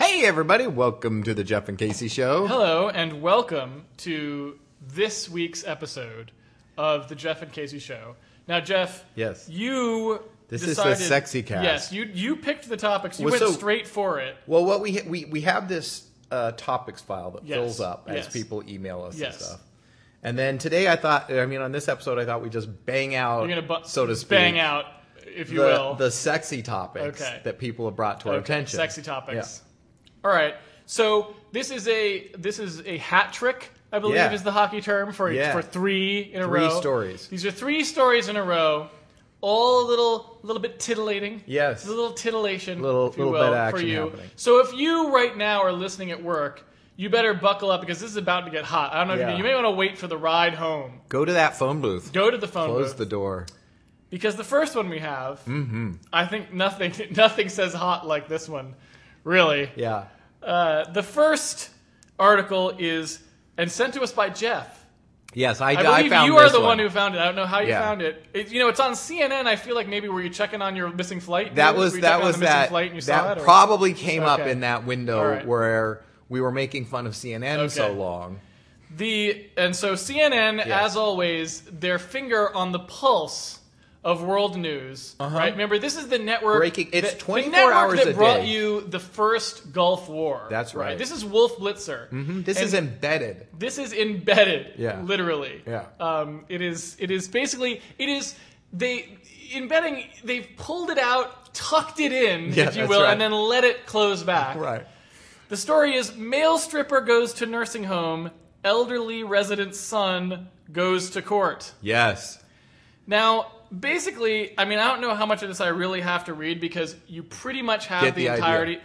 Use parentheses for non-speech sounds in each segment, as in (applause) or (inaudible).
Hey, everybody, welcome to the Jeff and Casey Show. Hello and welcome to this week's episode of the Jeff and Casey Show. Now, Jeff, Yes. you This is the decided, sexy cast. Yes, you you picked the topics. You Well, went so- straight for it. Well, what we, ha- we, we have this uh, topics file that Yes, fills up as yes. people email us Yes. and stuff. And then today I thought, I mean, on this episode, I thought we'd just bang out, You're gonna bu- so to speak, bang out, if you the, will, the sexy topics Okay. that people have brought to our Okay, attention. Sexy topics. All right. So this is a this is a hat trick, I believe, Yeah. is the hockey term for Yeah. for three in a Three row. stories. These are three stories in a row, all a little little bit titillating. Yes. a little titillation, Little- if you little will, bit of for action you. happening. So if you right now are listening at work. You better buckle up because this is about to get hot. I don't know. If you, Yeah. do. you may want to wait for the ride home. Go to that phone booth. Go to the phone Close booth the Mm-hmm. door. because the first one we have, I think nothing (laughs) nothing says hot like this one, really. Yeah. Uh, the first article is and sent to us by Jeff. Yes, I, I believe found you are this the one one. who found it. I don't know how you Yeah. found it. It- You know, it's on CNN. I feel like maybe were you checking on your missing flight? That Were was you that checking on was the missing that flight and you saw that it, or- probably came up Okay. in that window All right. where we were making fun of CNN so Okay. long. The and so CNN, Yes. as always, their finger on the pulse of world news. Uh-huh. Right? Remember, this is the network. Breaking- it's that- 24 the network hours that a brought day. you the first Gulf War. That's right. Mm-hmm. This is Wolf Blitzer. This And is embedded. This is embedded. Yeah. Literally. Yeah. Um, it is. It is basically. It is. They embedding. They've pulled it out, tucked it in, Yeah, if you that's will, right. and then let it close back. Right. The story is male stripper goes to nursing home, elderly resident's son goes to court. Yes. Now, basically, I mean, I don't know how much of this I really have to read because you pretty much have Get the, the idea. entirety.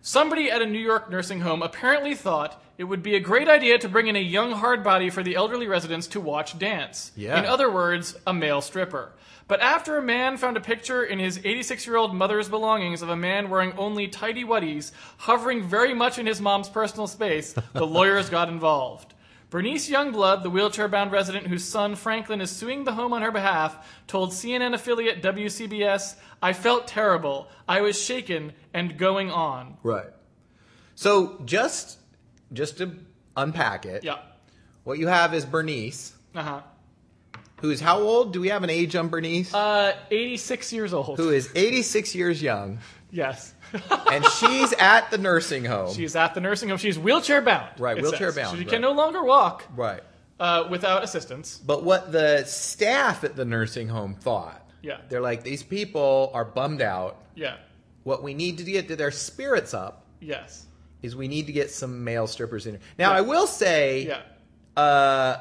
Somebody at a New York nursing home apparently thought it would be a great idea to bring in a young hard body for the elderly residents to watch dance. Yeah. In other words, a male stripper. But after a man found a picture in his 86 year old mother's belongings of a man wearing only tidy whities, hovering very much in his mom's personal space, the lawyers got involved. Bernice Youngblood, the wheelchair bound resident whose son Franklin is suing the home on her behalf, told CNN affiliate WCBS, I felt terrible. I was shaken and going on. Right. So just just to unpack it, Yeah. what you have is Bernice, Uh-huh. who's how old? Do we have an age on Bernice? Uh 86 years old. who is 86 years (laughs) young, Yes. and she's at the nursing home. She's at the nursing home. She's wheelchair bound. Right, it wheelchair says. bound, She right. can no longer walk right. uh, without assistance. But what the staff at the nursing home thought, Yeah. they're like, these people are bummed out. Yeah. What we need to get their spirits up Yes. is we need to get some male strippers in here. Now, Yeah. I will say, Yeah. uh,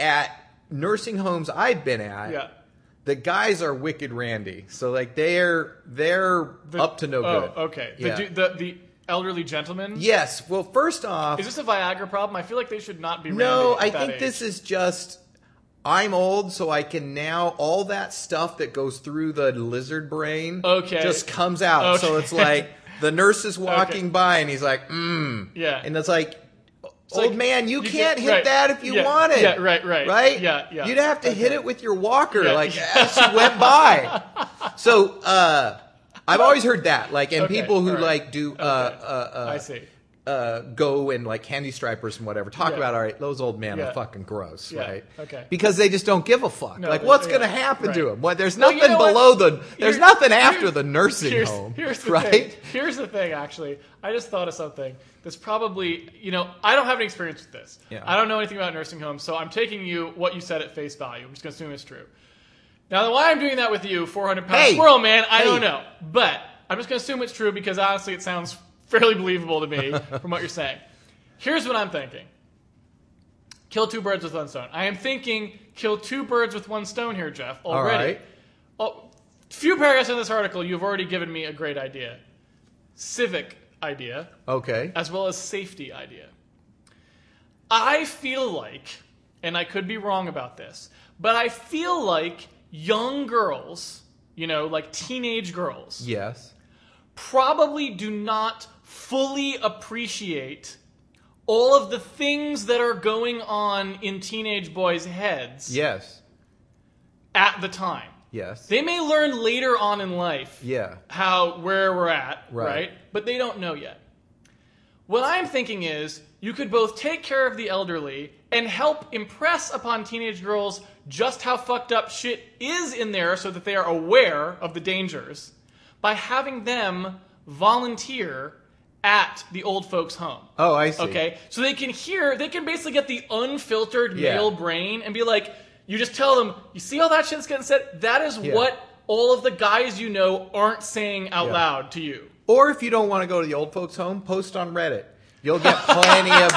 at nursing homes I've been at, Yeah. the guys are wicked randy. So like they're they're The- up to no oh, good. Okay. The, Yeah. du- the the elderly gentleman. Yes. Well, first off, Is this a Viagra problem? I feel like they should not be. no, randy I at that think age. this is just. I'm old, so I can now all that stuff that goes through the lizard brain Okay. just comes out. So Okay. it's like the nurse is walking (laughs) Okay. by and he's like, mm. Yeah. And it's like, old like, man, you, you can't get- hit right. that if you Yeah, want it. yeah, right, right. Right? Yeah, yeah. You'd have to hit it with your walker, Yeah. (laughs) like as she went by. So uh, I've always heard that, like, and Okay, people who all right. like do uh, Okay. uh, uh, I see. uh, go and like candy stripers and whatever talk Yeah. about all right those old men Yeah. are fucking gross Yeah. right Okay. because they just don't give a fuck No, like they- what's yeah. gonna happen to Right. them what there's Well, nothing you know what? below the there's Here's- nothing after here's- the nursing here's, home Here's the right thing. Here's the thing. Actually, I just thought of something. That's probably you know I don't have any experience with this. Yeah. I don't know anything about nursing homes, so I'm taking you what you said at face value. I'm just going to assume it's true. Now, why I'm doing that with you, 400 pound Hey! squirrel man, I don't Hey! know, but I'm just going to assume it's true because honestly, it sounds (laughs) fairly believable (laughs) to me from what you're saying. Here's what I'm thinking. Kill two birds with one stone. I am thinking kill two birds with one stone here, Jeff. all Already, right Oh, few paragraphs in this article, you've already given me a great idea. Civic idea, okay as well as safety idea. I feel like, and I could be wrong about this, but I feel like young girls, you know, like teenage girls, yes probably do not fully appreciate all of the things that are going on in teenage boys' heads yes at the time. yes They may learn later on in life yeah how where we're at, Right. right. But they don't know yet. What I'm thinking is you could both take care of the elderly and help impress upon teenage girls just how fucked up shit is in there so that they are aware of the dangers by having them volunteer at the old folks' home. Oh, I see. Okay, so they can hear, they can basically get the unfiltered Yeah. male brain and be like, you just tell them, you see all that shit's getting said? That is Yeah. what all of the guys you know aren't saying out Yeah. loud to you. Or if you don't want to go to the old folks' home, post on Reddit. You'll get plenty of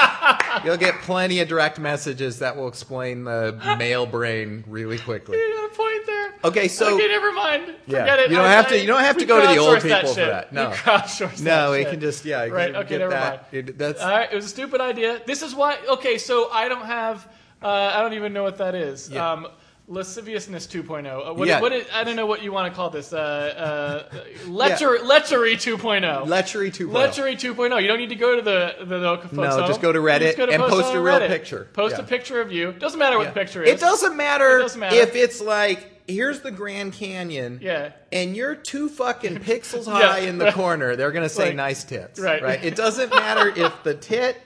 (laughs) you'll get plenty of direct messages that will explain the male brain really (laughs) quickly. You got a point there. Okay, so- okay, never mind. Yeah. Forget it. You don't I- have to- I- you don't have to we go to the old crowdsourced that people for shit. that. No. we crowdsourced No, that it shit. can just yeah, you Right. can Okay. get never that. mind. Uh, It, that's All right. It was a stupid idea. This is why. Okay. So I don't have. Uh, I don't even know what that is. Yeah. Um, lasciviousness 2.0. Uh, what, Yeah. what is, I don't know what you want to call this. Uh, uh, lecher, Lechery 2.0. lechery too. Lechery 2.0 you don't need to go to the the, the folks No, home. just go to Reddit Just go and post on a real Reddit. picture. post Yeah. a picture of you doesn't matter what the picture is It doesn't matter It doesn't matter. if it's like here's the Grand Canyon. Yeah. And you're two (laughs) fucking pixels high in the right. corner. They're gonna say Like, nice tits. right. Right. It doesn't matter if the tit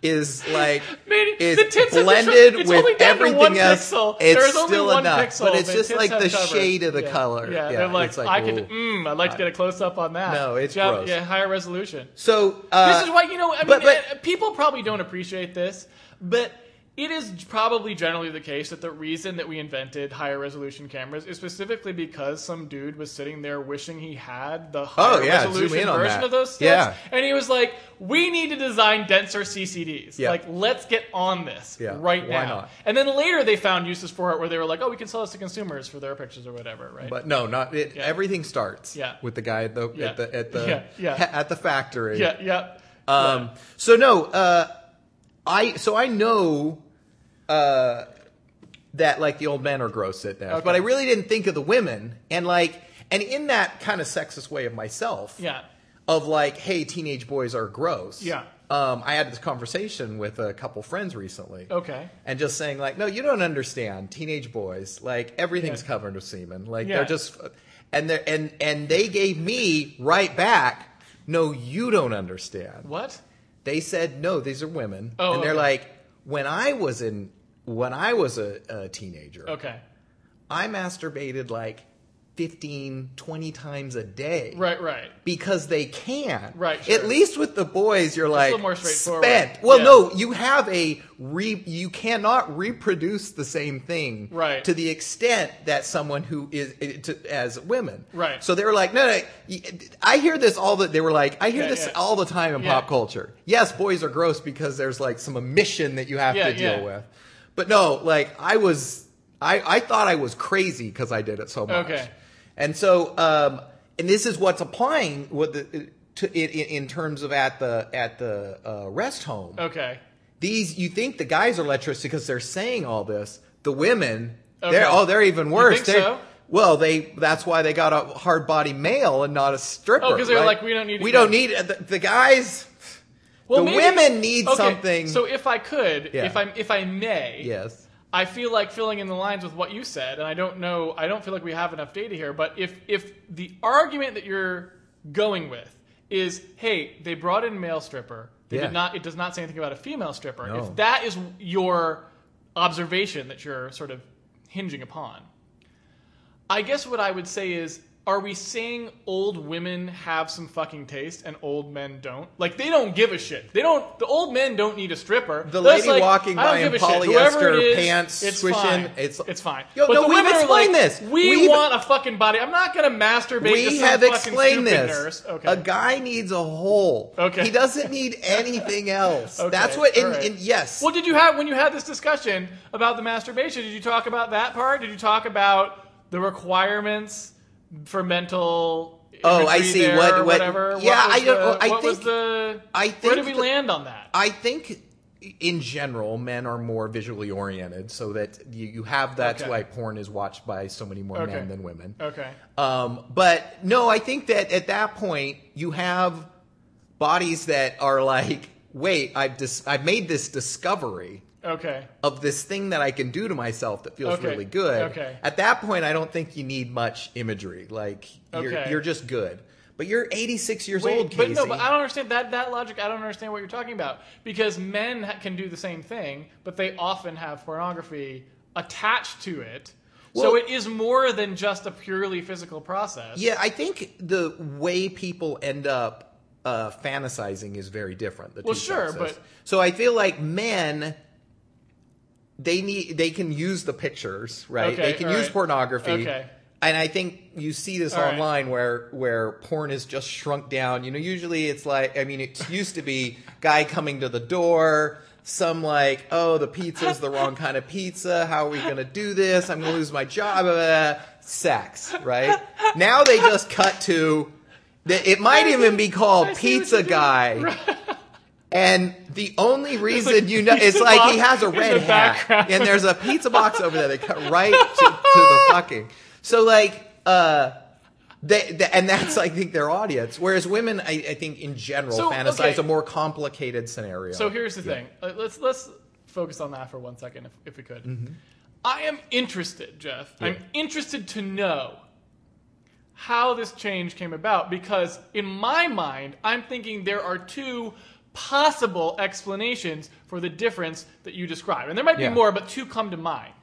is (laughs) like Man, is the tits are blended it's with only down to everything one else. Pixel. It's there is still only one enough, pixel, but it's that just tits like have the covered. shade of the Yeah. color. Yeah, Yeah, they're like, it's like, I could. ooh. Mm, I'd like to get a close up on that. No, it's Yeah, gross. Yeah, higher resolution. So uh, this is why you know. I mean, but- but- uh, people probably don't appreciate this, but it is probably generally the case that the reason that we invented higher resolution cameras is specifically because some dude was sitting there wishing he had the higher Oh, yeah, zoom resolution in on version that. of those stuff, Yeah. and he was like, "We need to design denser CCDs. Yeah. Like, let's get on this Yeah, right why now." not? And then later they found uses for it where they were like, "Oh, we can sell this to consumers for their pictures or whatever." Right? But no, not it, Yeah. everything starts Yeah. with the guy at the Yeah. at the at the Yeah, yeah. ha- at the factory. yeah, yeah. Um, So no, uh, I so I know uh, that like the old men are gross at that, Okay. but I really didn't think of the women and like and in that kind of sexist way of myself, Yeah. of like, hey, teenage boys are gross. Yeah. Um, I had this conversation with a couple friends recently okay. and just saying like no you don't understand teenage boys like everything's Yeah. covered with semen like Yeah. they're just and they are and and they gave me right back no you don't understand What? they said no these are women Oh, and they're okay. like when i was in when i was a, a teenager Okay. i masturbated like 15 20 times a day Right. Right. because they can. Right, sure. At least with the boys, you're like little more straightforward. spent. Well, Yeah. no, you have a re. You cannot reproduce the same thing, Right. To the extent that someone who is it- to, as women, Right. So they were like, no, no. y- I hear this all the. They were like, I hear Yeah, this yeah. all the time in Yeah. pop culture. Yes, boys are gross because there's like some emission that you have Yeah, to deal yeah. with. But no, like I was, I I thought I was crazy because I did it so much. Okay. And so, um, and this is what's applying what the, to it in, in terms of at the at the uh, rest home. Okay. These you think the guys are lecherous because they're saying all this. The women, Okay. they're oh, they're even worse. think They- so? Well, they that's why they got a hard body male and not a stripper. Oh, 'cause they're right? like, "We don't need- we don't need the, the guys. the maybe- women need Okay, something. So if I could, Yeah. if I am if I may, yes, I feel like filling in the lines with what you said, and I don't know, I don't feel like we have enough data here. But if if the argument that you're going with is, hey, they brought in male stripper, they Yeah. did not, it does not say anything about a female stripper. No. If that is your observation that you're sort of hinging upon, I guess what I would say is, are we saying old women have some fucking taste and old men don't? Like they don't give a shit. They don't. The old men don't need a stripper. The That's lady like, walking I don't by in give a shit. Whoever polyester it is, pants it's swishing, Fine. It's it's- fine. Yo, but no, the we've women are explained like, this. We We've- want a fucking body. I'm not gonna masturbate. to we some have fucking explained stupid this. Nurse. Okay. A guy needs a hole. Okay. He doesn't need (laughs) anything else. Okay, That's what. And, all right. and yes. Well, did you have when you had this discussion about the masturbation? Did you talk about that part? Did you talk about the requirements for mental? Oh, I imagery see. There What- or what- whatever. yeah, What was I don't- the- I what was think- the? I Where think did we the- land on that? I think in general, men are more visually oriented, so that you, you have that's Okay. why porn is watched by so many more Okay. men than women. Okay. Um, but no, I think that at that point you have bodies that are like, wait, I've dis- I've made this discovery. Okay. of this thing that I can do to myself that feels Okay. really good. Okay. At that point, I don't think you need much imagery. Like you're, Okay. you're just good. But you're 86 years Wait, old, Casey. but no, but I don't understand that that logic. I don't understand what you're talking about because men ha- can do the same thing, but they often have pornography attached to it. Well- so it is more than just a purely physical process. Yeah, I think the way people end up uh, fantasizing is very different. The Well, two sure, sexes. but- so I feel like men. They need. They can use the pictures, right? Okay, they can all use right. pornography, Okay. and I think you see this All right. online where where porn is just shrunk down. You know, usually it's like. I mean, it used to be guy coming to the door. Some like, oh, the pizza's the wrong kind of pizza. How are we gonna do this? I'm gonna lose my job. Blah, blah, blah. Sex, right? Now they just cut to. that It might even be I called see what Pizza you're doing. Guy, and the only reason you know it's pizza like he box has a in red the hat, background. and there's a pizza box over there. They cut (laughs) right to, to the fucking. So like, uh, they, they- and that's I think their audience. Whereas women, I, I think in general, So, fantasize okay. a more complicated scenario. So here's the thing. Uh, Let's let's focus on that for one second, if, if we could. I am interested, Jeff. I'm interested to know how this change came about because in my mind, I'm thinking there are two possible explanations for the difference that you describe, and there might be Yeah. more, but two come to mind.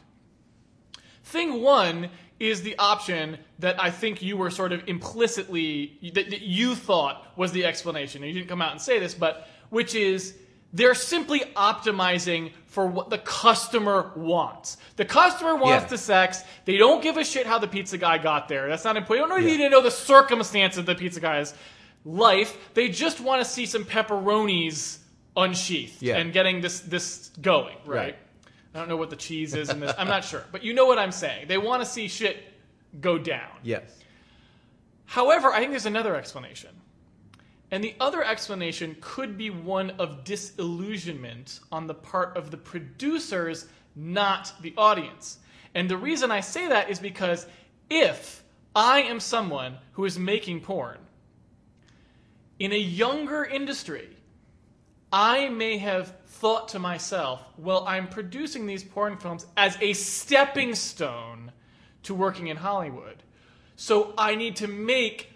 Thing one is the option that I think you were sort of implicitly that, that you thought was the explanation. And you didn't come out and say this, but which is they're simply optimizing for what the customer wants. The customer wants Yeah. the sex. They don't give a shit how the pizza guy got there. That's not important. Oh, You don't Yeah. need to know the circumstance of the pizza guy's life. They just want to see some pepperonis unsheathed Yeah. and getting this this going, right? Right. I don't know what the cheese is in this. I'm not sure, but you know what I'm saying. They want to see shit go down. yes, However, I think there's another explanation. And the other explanation could be one of disillusionment on the part of the producers, not the audience. And the reason I say that is because if I am someone who is making porn in a younger industry, I may have thought to myself, well, I'm producing these porn films as a stepping stone to working in Hollywood. So I need to make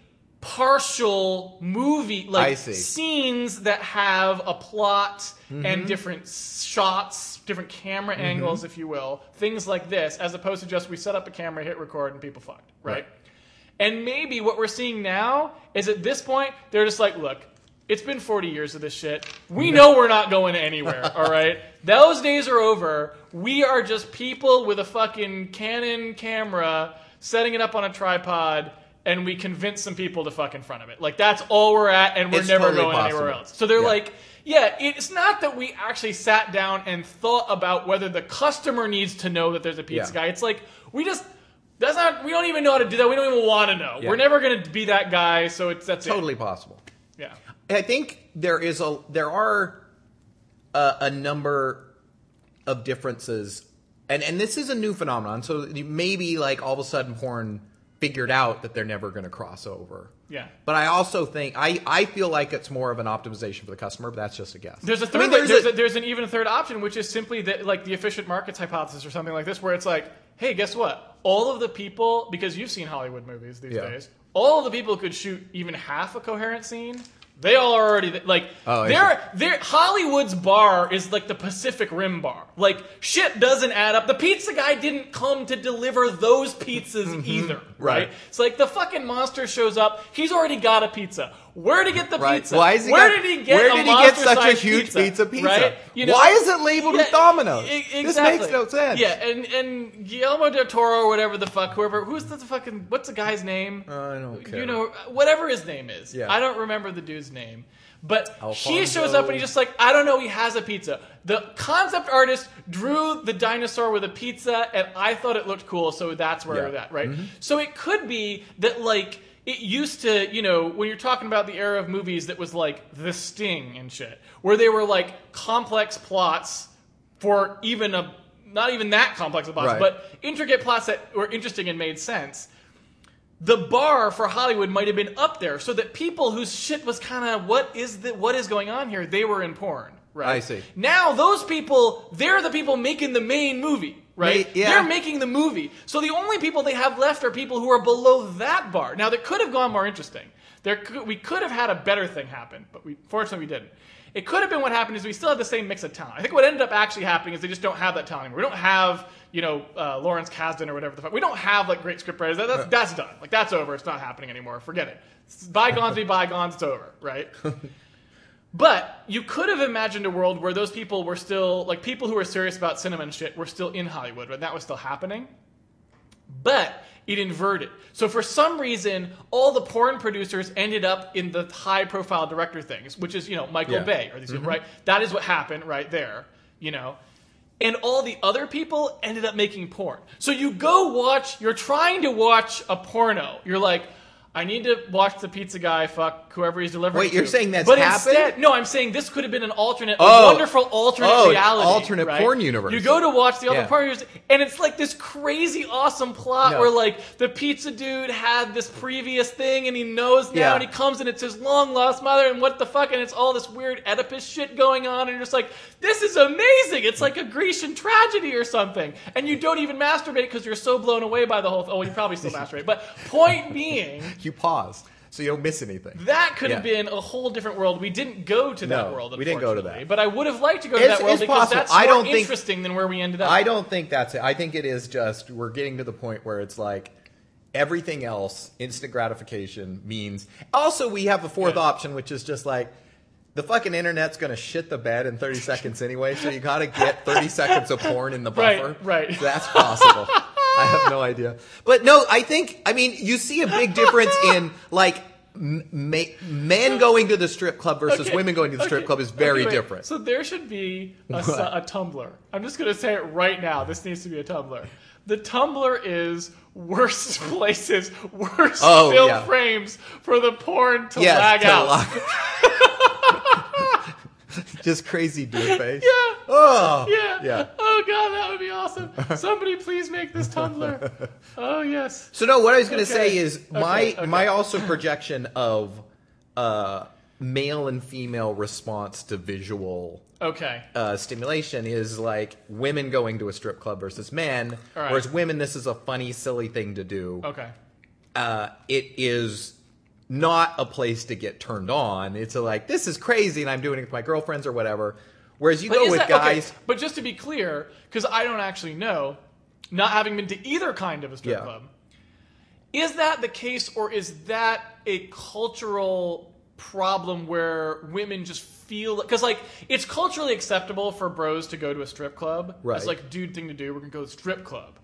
partial movie I like see. scenes that have a plot Mm-hmm. and different shots, different camera angles, if you will, things like this, as opposed to just we set up a camera, hit record, and people fucked, right? Right. And maybe what we're seeing now is at this point, they're just like, look, it's been 40 years of this shit. We know we're not (laughs) going anywhere, all right? Those days are over. We are just people with a fucking Canon camera setting it up on a tripod, and we convince some people to fuck in front of it. Like, that's all we're at, and we're It's never totally going anywhere possible. else. So they're Yeah. like, yeah, it's not that we actually sat down and thought about whether the customer needs to know that there's a pizza Yeah. guy. It's like we just that's not we don't even know how to do that. We don't even want to know. Yeah. We're never going to be that guy. So it's that's it. totally possible. Yeah. I think there is a there are a, a number of differences, and and this is a new phenomenon. So maybe like all of a sudden, porn figured out that they're never going to cross over. Yeah. But I also think I, I feel like it's more of an optimization for the customer, but that's just a guess. There's a I third. mean, way- there's, there's a- a, there's an even third option, which is simply that like the efficient markets hypothesis or something like this, where it's like, hey, guess what? All of the people, because you've seen Hollywood movies these Yeah. days, all of the people who could shoot even half a coherent scene. They all are already th- like Oh, I they're, they're Hollywood's bar is like the Pacific Rim bar. Like shit doesn't add up. The pizza guy didn't come to deliver those pizzas either, right? Mm-hmm. Right. It's like the fucking monster shows up. He's already got a pizza. Where to get the Right. pizza? Why is he where got- did he get? Where a did he get such a monster-sized huge pizza? Pizza. Right? You know- Why is it labeled Yeah, with Domino's? e- This exactly. makes no sense. Yeah, and and Guillermo del Toro or whatever the fuck, whoever, who's the fucking, what's the guy's name? I don't care. You know, whatever his name is. Yeah. I don't remember the dude's name. But he Alfonso. shows up and he's just like, I don't know, he has a pizza. The concept artist drew the dinosaur with a pizza, and I thought it looked cool, so that's where Yeah. Mm-hmm. that, right? So it could be that, like, it used to, you know, when you're talking about the era of movies that was like The Sting and shit, where they were like complex plots for even a, not even that complex of plots, Right. but intricate plots that were interesting and made sense the bar for Hollywood might have been up there, so that people whose shit was kind of what is the, what is going on here, they were in porn, right? I see. Now those people, they're the people making the main movie, right? Ma- yeah. They're making the movie, so the only people they have left are people who are below that bar. Now that could have gone more interesting. There, could, we could have had a better thing happen, but we fortunately we didn't. It could have been what happened is we still had the same mix of talent. I think what ended up actually happening is they just don't have that talent anymore. We don't have you know uh, Lawrence Kasdan or whatever the fuck. We don't have like great scriptwriters. That, that's, that's done. Like that's over. It's not happening anymore. Forget it. It's bygones be bygones. It's over. Right. But you could have imagined a world where those people were still like people who were serious about cinema and shit were still in Hollywood, and that was still happening. But it inverted. So for some reason, all the porn producers ended up in the high-profile director things, which is you know Michael Yeah. Mm-hmm. Bay or these people, right? That is what happened right there, you know. And all the other people ended up making porn. So you go watch. You're trying to watch a porno. You're like. I need to watch the pizza guy fuck whoever he's delivering. Wait, you're to." saying that's but happened? Instead, no, I'm saying this could have been an alternate, a Oh. wonderful alternate Oh, an reality, alternate right? porn universe. You go to watch the other Yeah. porn universe, and it's like this crazy, awesome plot No. where like the pizza dude had this previous thing, and he knows now, Yeah. and he comes, and it's his long lost mother, and what the fuck, and it's all this weird Oedipus shit going on, and you're just like, this is amazing. It's like a Grecian tragedy or something, and you don't even masturbate because you're so blown away by the whole. Oh, well, you (laughs) probably still masturbate, but point being. You paused, so you don't miss anything. That could have Yeah. been a whole different world. We didn't go to that No, world. we didn't go to unfortunately. that. But I would have liked to go to It's- that world it's because possible. that's more I don't think- interesting than where we ended up. I don't think that's it. I think it is just we're getting to the point where it's like everything else, instant gratification means. Also, we have a fourth Yeah. option, which is just like the fucking internet's gonna shit the bed in 30 seconds anyway, so you gotta get (laughs) 30 seconds of porn in the Right, buffer. right. So that's possible. I have no idea. But no, I think, I mean, you see a big difference in like. m- ma- Men going to the strip club versus (laughs) Okay, women going to the strip okay, club is okay, very wait. different. So there should be (laughs) a, s- What? a Tumblr. I'm just going to say it right now. This needs to be a Tumblr. The Tumblr is worst (laughs) places, worst Oh, still yeah. frames for the porn to Yes, lag to out. lag- (laughs) Just crazy dude face. Yeah. Oh. (laughs) Yeah. Yeah. Oh god, that would (laughs) be awesome. Somebody please make this Tumblr. Oh yes. So no, what I was going to Okay. say is Okay, my okay. my also projection of uh, male and female response to visual Okay. uh, stimulation is like women going to a strip club versus men, All right. whereas women this is a funny, silly thing to do. Okay. uh, it is not a place to get turned on. It's a, like this is crazy, and I'm doing it with my girlfriends or whatever. Whereas you But go is with that- okay, guys, but just to be clear, because I don't actually know, not having been to either kind of a strip Yeah. club, is that the case, or is that a cultural problem where women just feel because like it's culturally acceptable for bros to go to a strip club? Right. It's like dude thing to do. We're gonna go to the strip club.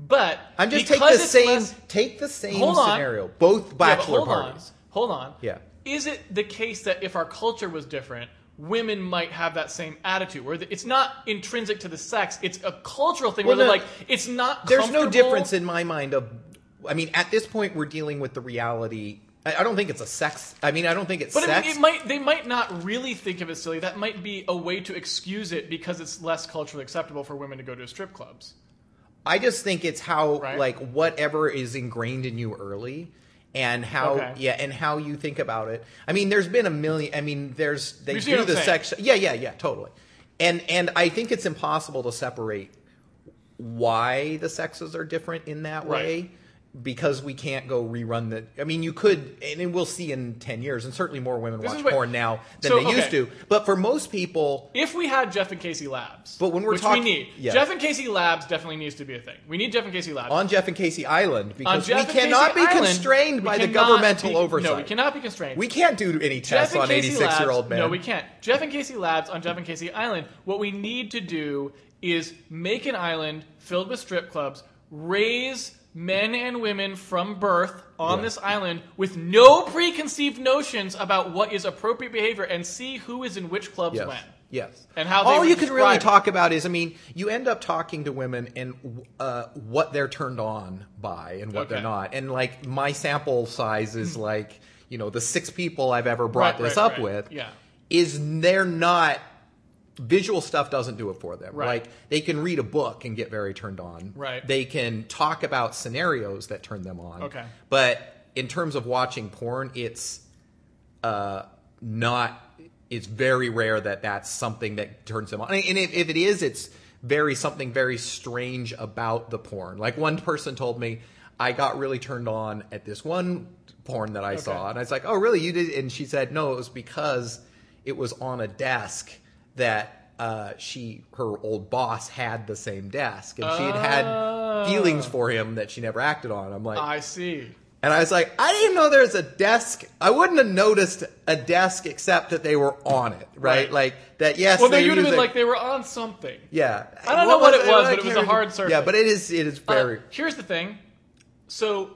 But I'm just take because the it's same less- take the same Hold on. scenario. Both Yeah, but bachelor hold parties. On. Hold on. Yeah. Is it the case that if our culture was different, women might have that same attitude? Where the- it's not intrinsic to the sex; it's a cultural thing. Well, where they're no, like, it's not. There's no comfortable. difference in my mind of I mean, at this point we're dealing with the reality I, I don't think it's a sex I mean I don't think it's But I sex. mean, it might. They might not really think of it silly. That might be a way to excuse it because it's less culturally acceptable for women to go to strip clubs. I just think it's how Right. like whatever is ingrained in you early and how Okay. yeah and how you think about it. I mean, there's been a million. I mean, there's they You see what do I'm the saying? sex. Yeah, yeah, yeah, totally. And and I think it's impossible to separate why the sexes are different in that Right. way because we can't go rerun the. I mean, you could, and then we'll see in ten years, and certainly more women This watch is what- porn now than So, they used okay. to. But for most people, If we had Jeff and Casey Labs, But when we're which talking- we need yeah. Jeff and Casey Labs definitely needs to be a thing. We need Jeff and Casey Labs. on Jeff and Casey Island, On because Jeff we and cannot Casey be Island, constrained we by the cannot governmental be- oversight. No, we cannot be constrained. We can't do any Jeff tests and on Casey 86 year old Labs- men. No, we can't. Jeff and Casey Labs on Jeff and Casey Island. What we need to do is make an island filled with strip clubs, raise men and women from birth on Yeah. this island with no preconceived notions about what is appropriate behavior and see who is in which clubs Yes. when. Yes. And how they all would you can really describe it. talk about is, I mean, you end up talking to women and uh, what they're turned on by and what Okay. they're not. And like my sample size (laughs) is like, you know, the six people I've ever brought Right, this right, up right. with. Yeah. Is they're not visual stuff doesn't do it for them. Right. Like they can read a book and get very turned on. Right. They can talk about scenarios that turn them on. Okay. But in terms of watching porn, it's uh, not it's very rare that that's something that turns them on and and if, if it is it's very something very strange about the porn like one person told me I got really turned on at this one porn that I saw, and I was like, "Oh, really? You did?" And she said, "No, it was because it was on a desk that uh, she, her old boss, had the same desk, and she had Oh. had feelings for him that she never acted on." I'm like, I see. and I was like, I didn't know there's a desk. I wouldn't have noticed a desk except that they were on it, right? Right. Like that. Yes. Well, they they're would have been using- like they were on something. yeah. I don't know what it was, I but it was a can't hard remember. surface. Yeah, but it is. It is very. Uh, here's the thing. So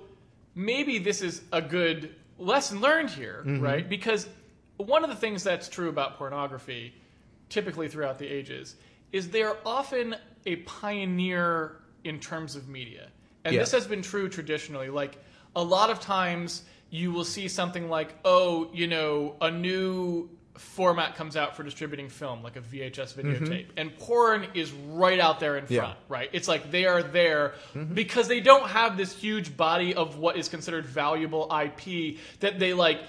maybe this is a good lesson learned here, Mm-hmm. right? Because one of the things that's true about pornography, typically throughout the ages, is they're often a pioneer in terms of media. And Yeah. this has been true traditionally. Like, a lot of times you will see something like, oh, you know, a new format comes out for distributing film, like a VHS videotape. And porn is right out there in Mm-hmm. Yeah. front, right? It's like they are there Mm-hmm. because they don't have this huge body of what is considered valuable IP that they like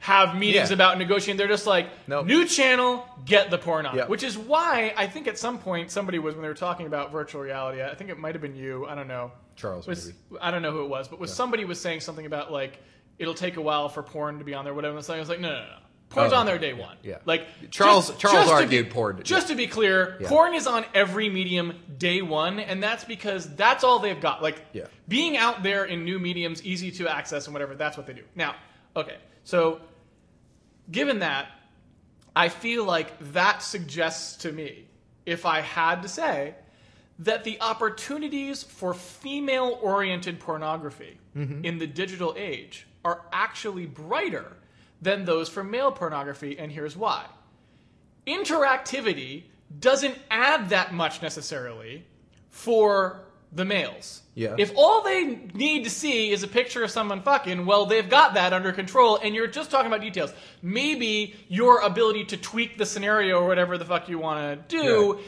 have meetings Yeah. about negotiating. They're just like Nope. new channel, get the porn on, Yep. which is why I think at some point somebody was when they were talking about virtual reality. I think it might have been you. I don't know. Charles, was, maybe. I don't know who it was, but was somebody was saying something about like it'll take a while for porn to be on there, whatever. And so I was like, no, no, no, porn's Oh, on there day one. yeah. like Charles- Charles to argued be, porn- Just to be clear, Yeah. porn is on every medium day one, and that's because that's all they've got. Like Yeah. being out there in new mediums, easy to access and whatever. That's what they do. Now, okay, so given that, I feel like that suggests to me, if I had to say, that the opportunities for female oriented pornography in the digital age are actually brighter than those for male pornography, and here's why. Interactivity doesn't add that much necessarily for the males. Yeah. If all they need to see is a picture of someone fucking, well, they've got that under control, and you're just talking about details. Maybe your ability to tweak the scenario or whatever the fuck you want to do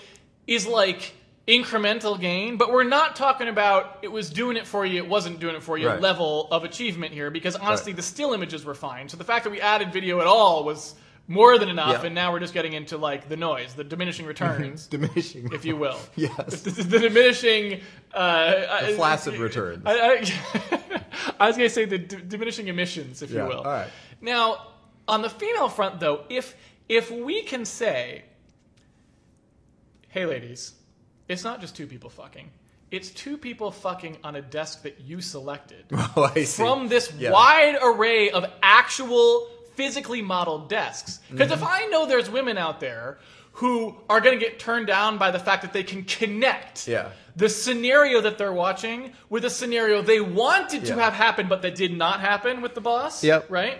is like incremental gain, but we're not talking about it was doing it for you, it wasn't doing it for you Right. level of achievement here, because honestly, the still images were fine. So the fact that we added video at all was more than enough, Yeah. and now we're just getting into like the noise, the (laughs) diminishing returns. diminishing. If you will, Yes. the, the diminishing, uh, The I- flaccid returns. I, I, (laughs) I was going to say the d- diminishing emissions, if Yeah, you will. all right. Now, on the female front, though, if if we can say, "Hey, ladies, it's not just two people fucking; it's two people fucking on a desk that you selected." (laughs) (laughs) Oh, I see. from this Yeah. wide array of actual physically modeled desks. Because if Mm-hmm. I know there's women out there who are going to get turned down by the fact that they can connect Yeah. the scenario that they're watching with a scenario they wanted Yeah. to have happen but that did not happen with the boss, Yep. right?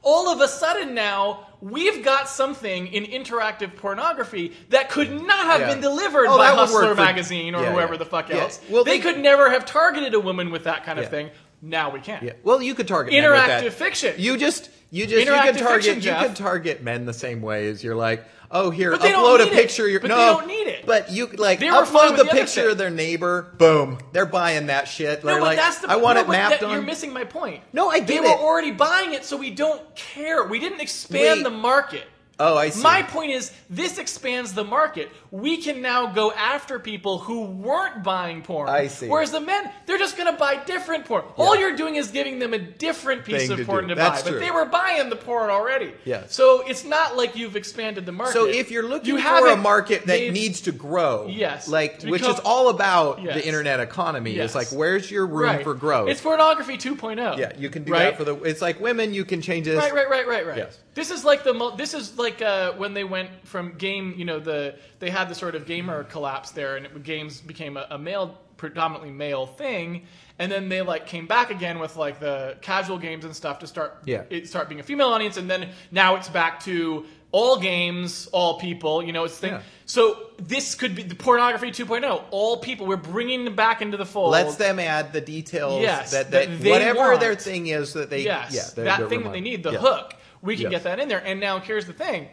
All of a sudden now, we've got something in interactive pornography that could not have Yeah. been delivered Oh, by that would work Hustler for- magazine or Yeah, whoever yeah. the fuck Yeah. else. Well, they, they- could never have targeted a woman with that kind of Yeah. thing. Now we can. Yeah. Well, you could target men with that. Interactive fiction. You just you just you Interactive can target fiction, you Jeff. can target men the same way as you're like, oh here, But they don't upload need a it. picture. You're, But no, they don't need it. But you could, like They were fine upload with the, the other picture thing. of their neighbor. Boom, they're buying that shit. No, they're but like, that's the. I want no, it but mapped that- on. You're missing my point. No, I They get were it. already buying it, so we don't care. We didn't expand Wait. the market. oh, I see. My point is, this expands the market. We can now go after people who weren't buying porn. I see. Whereas the men, they're just going to buy different porn. All Yeah. you're doing is giving them a different piece Thing of to porn do. to That's buy. true. But they were buying the porn already. Yes. So it's not like you've expanded the market. So if you're looking You for a haven't market that made- needs to grow, Yes. like To which become- is all about Yes. the internet economy, Yes. is like where's your room right. for growth? It's pornography 2.0. yeah, you can do right? that for the. It's like women, you can change this. Right, right, right, right, right. Yes. This is like the mo- this is like uh, when they went from game, you know, the they had the sort of gamer collapse there, and it, games became a, a male, predominantly male thing, and then they like came back again with like the casual games and stuff to start Yeah. it start being a female audience, and then now it's back to all games, all people, you know, it's thing. Yeah. So this could be the pornography 2.0. All people, we're bringing them back into the fold. Let's them add the details Yes, that, that that, they whatever want. their thing is that they Yes, yeah, they're- that they're thing that they reminded. need, the Yeah. hook. We can Yes. get that in there. And now here's the thing: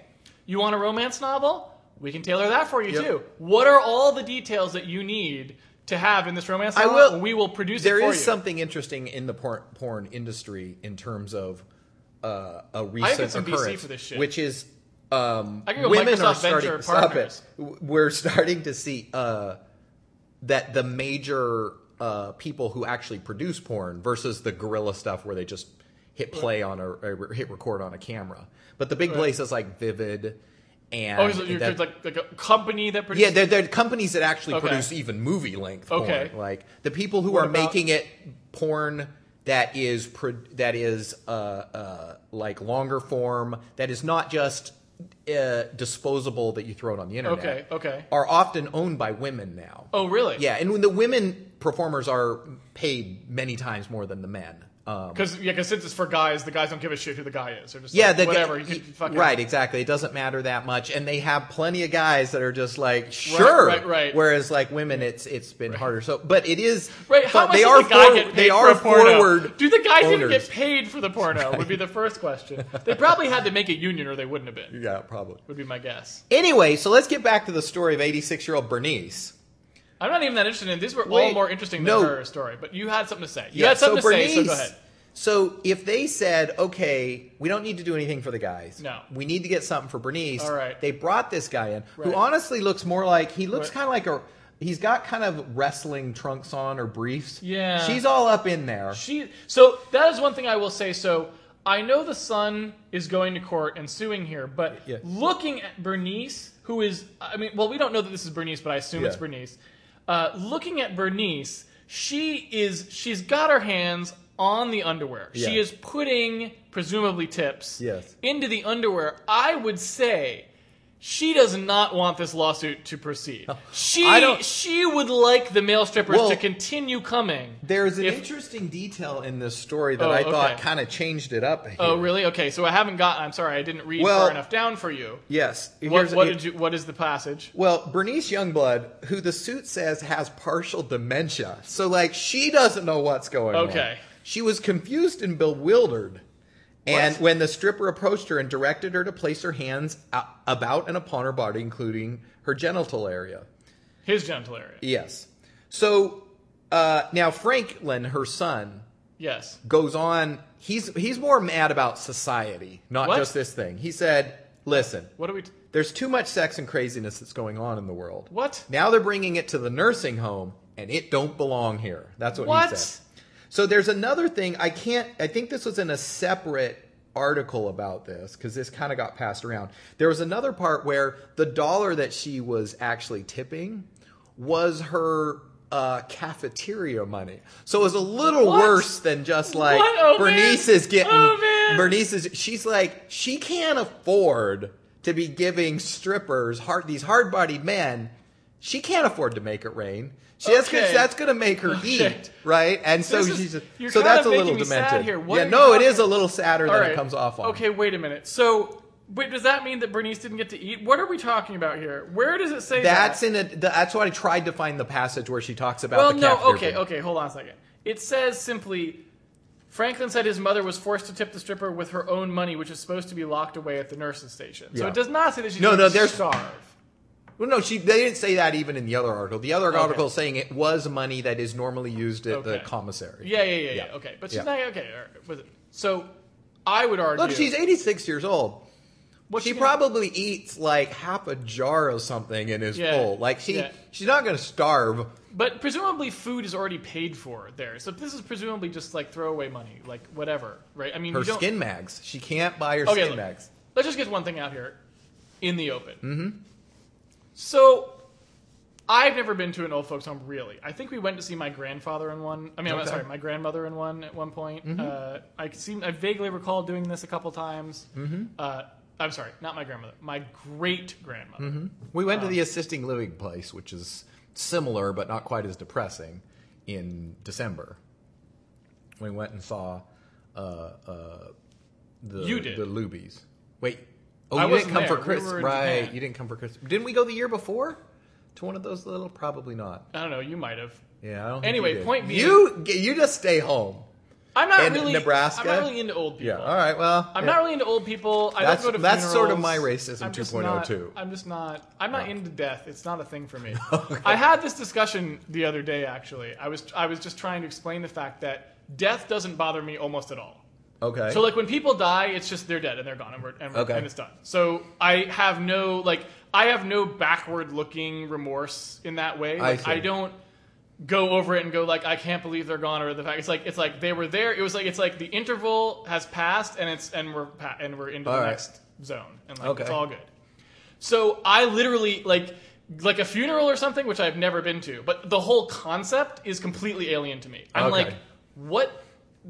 you want a romance novel? We can tailor that for you Yep. too. What are all the details that you need to have in this romance I novel? will- we will produce There it for is you. something interesting in the porn, porn industry in terms of uh, a get recent some VC occurrence, for this shit. which is um, I can go women Microsoft are starting. Venture stop Partners. it. We're starting to see uh, that the major uh, people who actually produce porn versus the guerrilla stuff where they just hit play on a or hit record on a camera. But the big places like Vivid and Oh, so you're that- like like a company that yeah, produces. they're, they're companies that actually Okay. produce even movie length. Okay. porn. like the people who What are about- making it porn that is pro- that is uh, uh, like longer form that is not just uh, disposable that you throw it on the internet. Okay, okay. Are often owned by women now. oh, really? Yeah, and when the women performers are paid many times more than the men. Um, Because yeah, 'cause since it's for guys, the guys don't give a shit who the guy is. They're just yeah, like, the, whatever. You y- can fucking right, exactly. It doesn't matter that much, and they have plenty of guys that are just like sure, right, right. Whereas like women, it's it's been harder. So, but it is Right, how but much they does are the guy forward- get paid they for are a porno? forward. Do the guys even owners. get paid for the porno? Would (laughs) be the first question. They probably had to make a union, or they wouldn't have been. Yeah, probably. Would be my guess. Anyway, so let's get back to the story of 86 year old Bernice. I'm not even that interested in. These were all Wait, more interesting than no. her story. But you had something to say. You had something so to say. So go Bernice- ahead. So if they said, okay, we don't need to do anything for the guys. No. We need to get something for Bernice. All right. They brought this guy in Right. who honestly looks more like he looks Right. kind of like a he's got kind of wrestling trunks on or briefs. Yeah. She's all up in there. She. So that is one thing I will say. So I know the son is going to court and suing here, but Yeah. looking at Bernice, who is, I mean, well, we don't know that this is Bernice, but I assume it's Yeah. Bernice. Uh, looking at Bernice, she is. She's got her hands on the underwear. She Yeah. is putting presumably tips Yes. into the underwear. I would say. She does not want this lawsuit to proceed. She Oh, I don't- she would like the male strippers Well, to continue coming. There's an If- interesting detail in this story that Oh, I thought okay. kind of changed it up. Oh, here. really? Okay, so I haven't gotten. I'm sorry, I didn't read Well- far enough down for you. Yes. What, Here's- what did you? What is the passage? Well, Bernice Youngblood, who the suit says has partial dementia, so like she doesn't know what's going on. Okay. She was confused and bewildered. And What? when the stripper approached her and directed her to place her hands a- about and upon her body, including her genital area. His gentle area. Yes. So uh, now Franklin, her son, Yes. goes on. He's he's more mad about society, not What? just this thing. He said, "Listen, What do we? T- there's too much sex and craziness that's going on in the world. What? Now they're bringing it to the nursing home, and it don't belong here. That's what, What? he said. So there's another thing I can't. I think this was in a separate article about this because this kind of got passed around. There was another part where the dollar that she was actually tipping was her. Uh, cafeteria money, so it was a little What? worse than just like What? Oh, man. Bernice is getting. Oh, man. Bernice is she's like she can't afford to be giving strippers hard these hard bodied men. She can't afford to make it rain. She, that's gonna- Okay. that's going to make her Okay. eat right, and so This is- she's you're so kinda that's a making little me sad demented. here. What yeah, are no, you it is talking- a little sadder all than right. it comes off on. Okay, wait a minute. So, wait, does that mean that Bernice didn't get to eat? What are we talking about here? Where does it say That's that? in a. That's why I tried to find the passage where she talks about. Well, the no. cafeteria Okay, being- okay. Hold on a second. It says simply. Franklin said his mother was forced to tip the stripper with her own money, which is supposed to be locked away at the nurses' station. So Yeah. it does not say that she No, didn't no, there's- starve. Well, no, she they didn't say that even in the other article. The other article is saying it was money that is normally used at the Okay. commissary. Yeah, yeah, yeah, yeah. Yeah. Okay, but she's Yeah. not okay. all right, was it- So I would argue. Look, she's 86 years old. what she gonna- probably eats like half a jar of something and is Yeah. full. Like she, Yeah. she's not going to starve. But presumably, food is already paid for there. So this is presumably just like throwaway money, like whatever, right? I mean, Her you don't, skin mags. She can't buy her Okay, skin look, mags. let's just get one thing out here, in the open. Mm-hmm. So. I've never been to an old folks home, really. I think we went to see my grandfather in one. I mean, I'm Okay. Mm-hmm. sorry, my grandmother in one at one point. Uh, I seem I vaguely recall doing this a couple times. Mm-hmm. Uh, I'm sorry, not my grandmother, my great grandmother. We went to Uh-huh. the assisting living place, which is similar but not quite as depressing, in December. We went and saw uh, uh, the You did. the Lubies. Wait, oh, I you didn't wasn't come there. for We Christmas, were in right? Japan. You didn't come for Christmas. Didn't we go the year before to one of those little? Probably not. I don't know. You might have. Yeah. I don't think Anyway, you did. point being- you you just stay home. I'm not In really Nebraska? I'm not really into old people. Yeah. All right. Well, I'm yeah. not really into old people. I That's- don't go to that's sort of funerals. my racism I'm just 2.0 not- too. I'm just not. I'm not Yeah. into death. It's not a thing (laughs) for me. I had this discussion the other day. Actually, I was I was just trying to explain the fact that death doesn't bother me almost at all. Okay. So like when people die, it's just they're dead and they're gone and we're, and, we're- Okay. and it's done. So I have no like I have no backward looking remorse in that way. Like, see. don't go over it and go like I can't believe they're gone or the fact it's like it's like they were there. It was like it's like the interval has passed and it's and we're pa- and we're into All the right. next zone and like Okay. it's all good. So I literally like like a funeral or something which I've never been to, but the whole concept is completely alien to me. I'm Okay. like what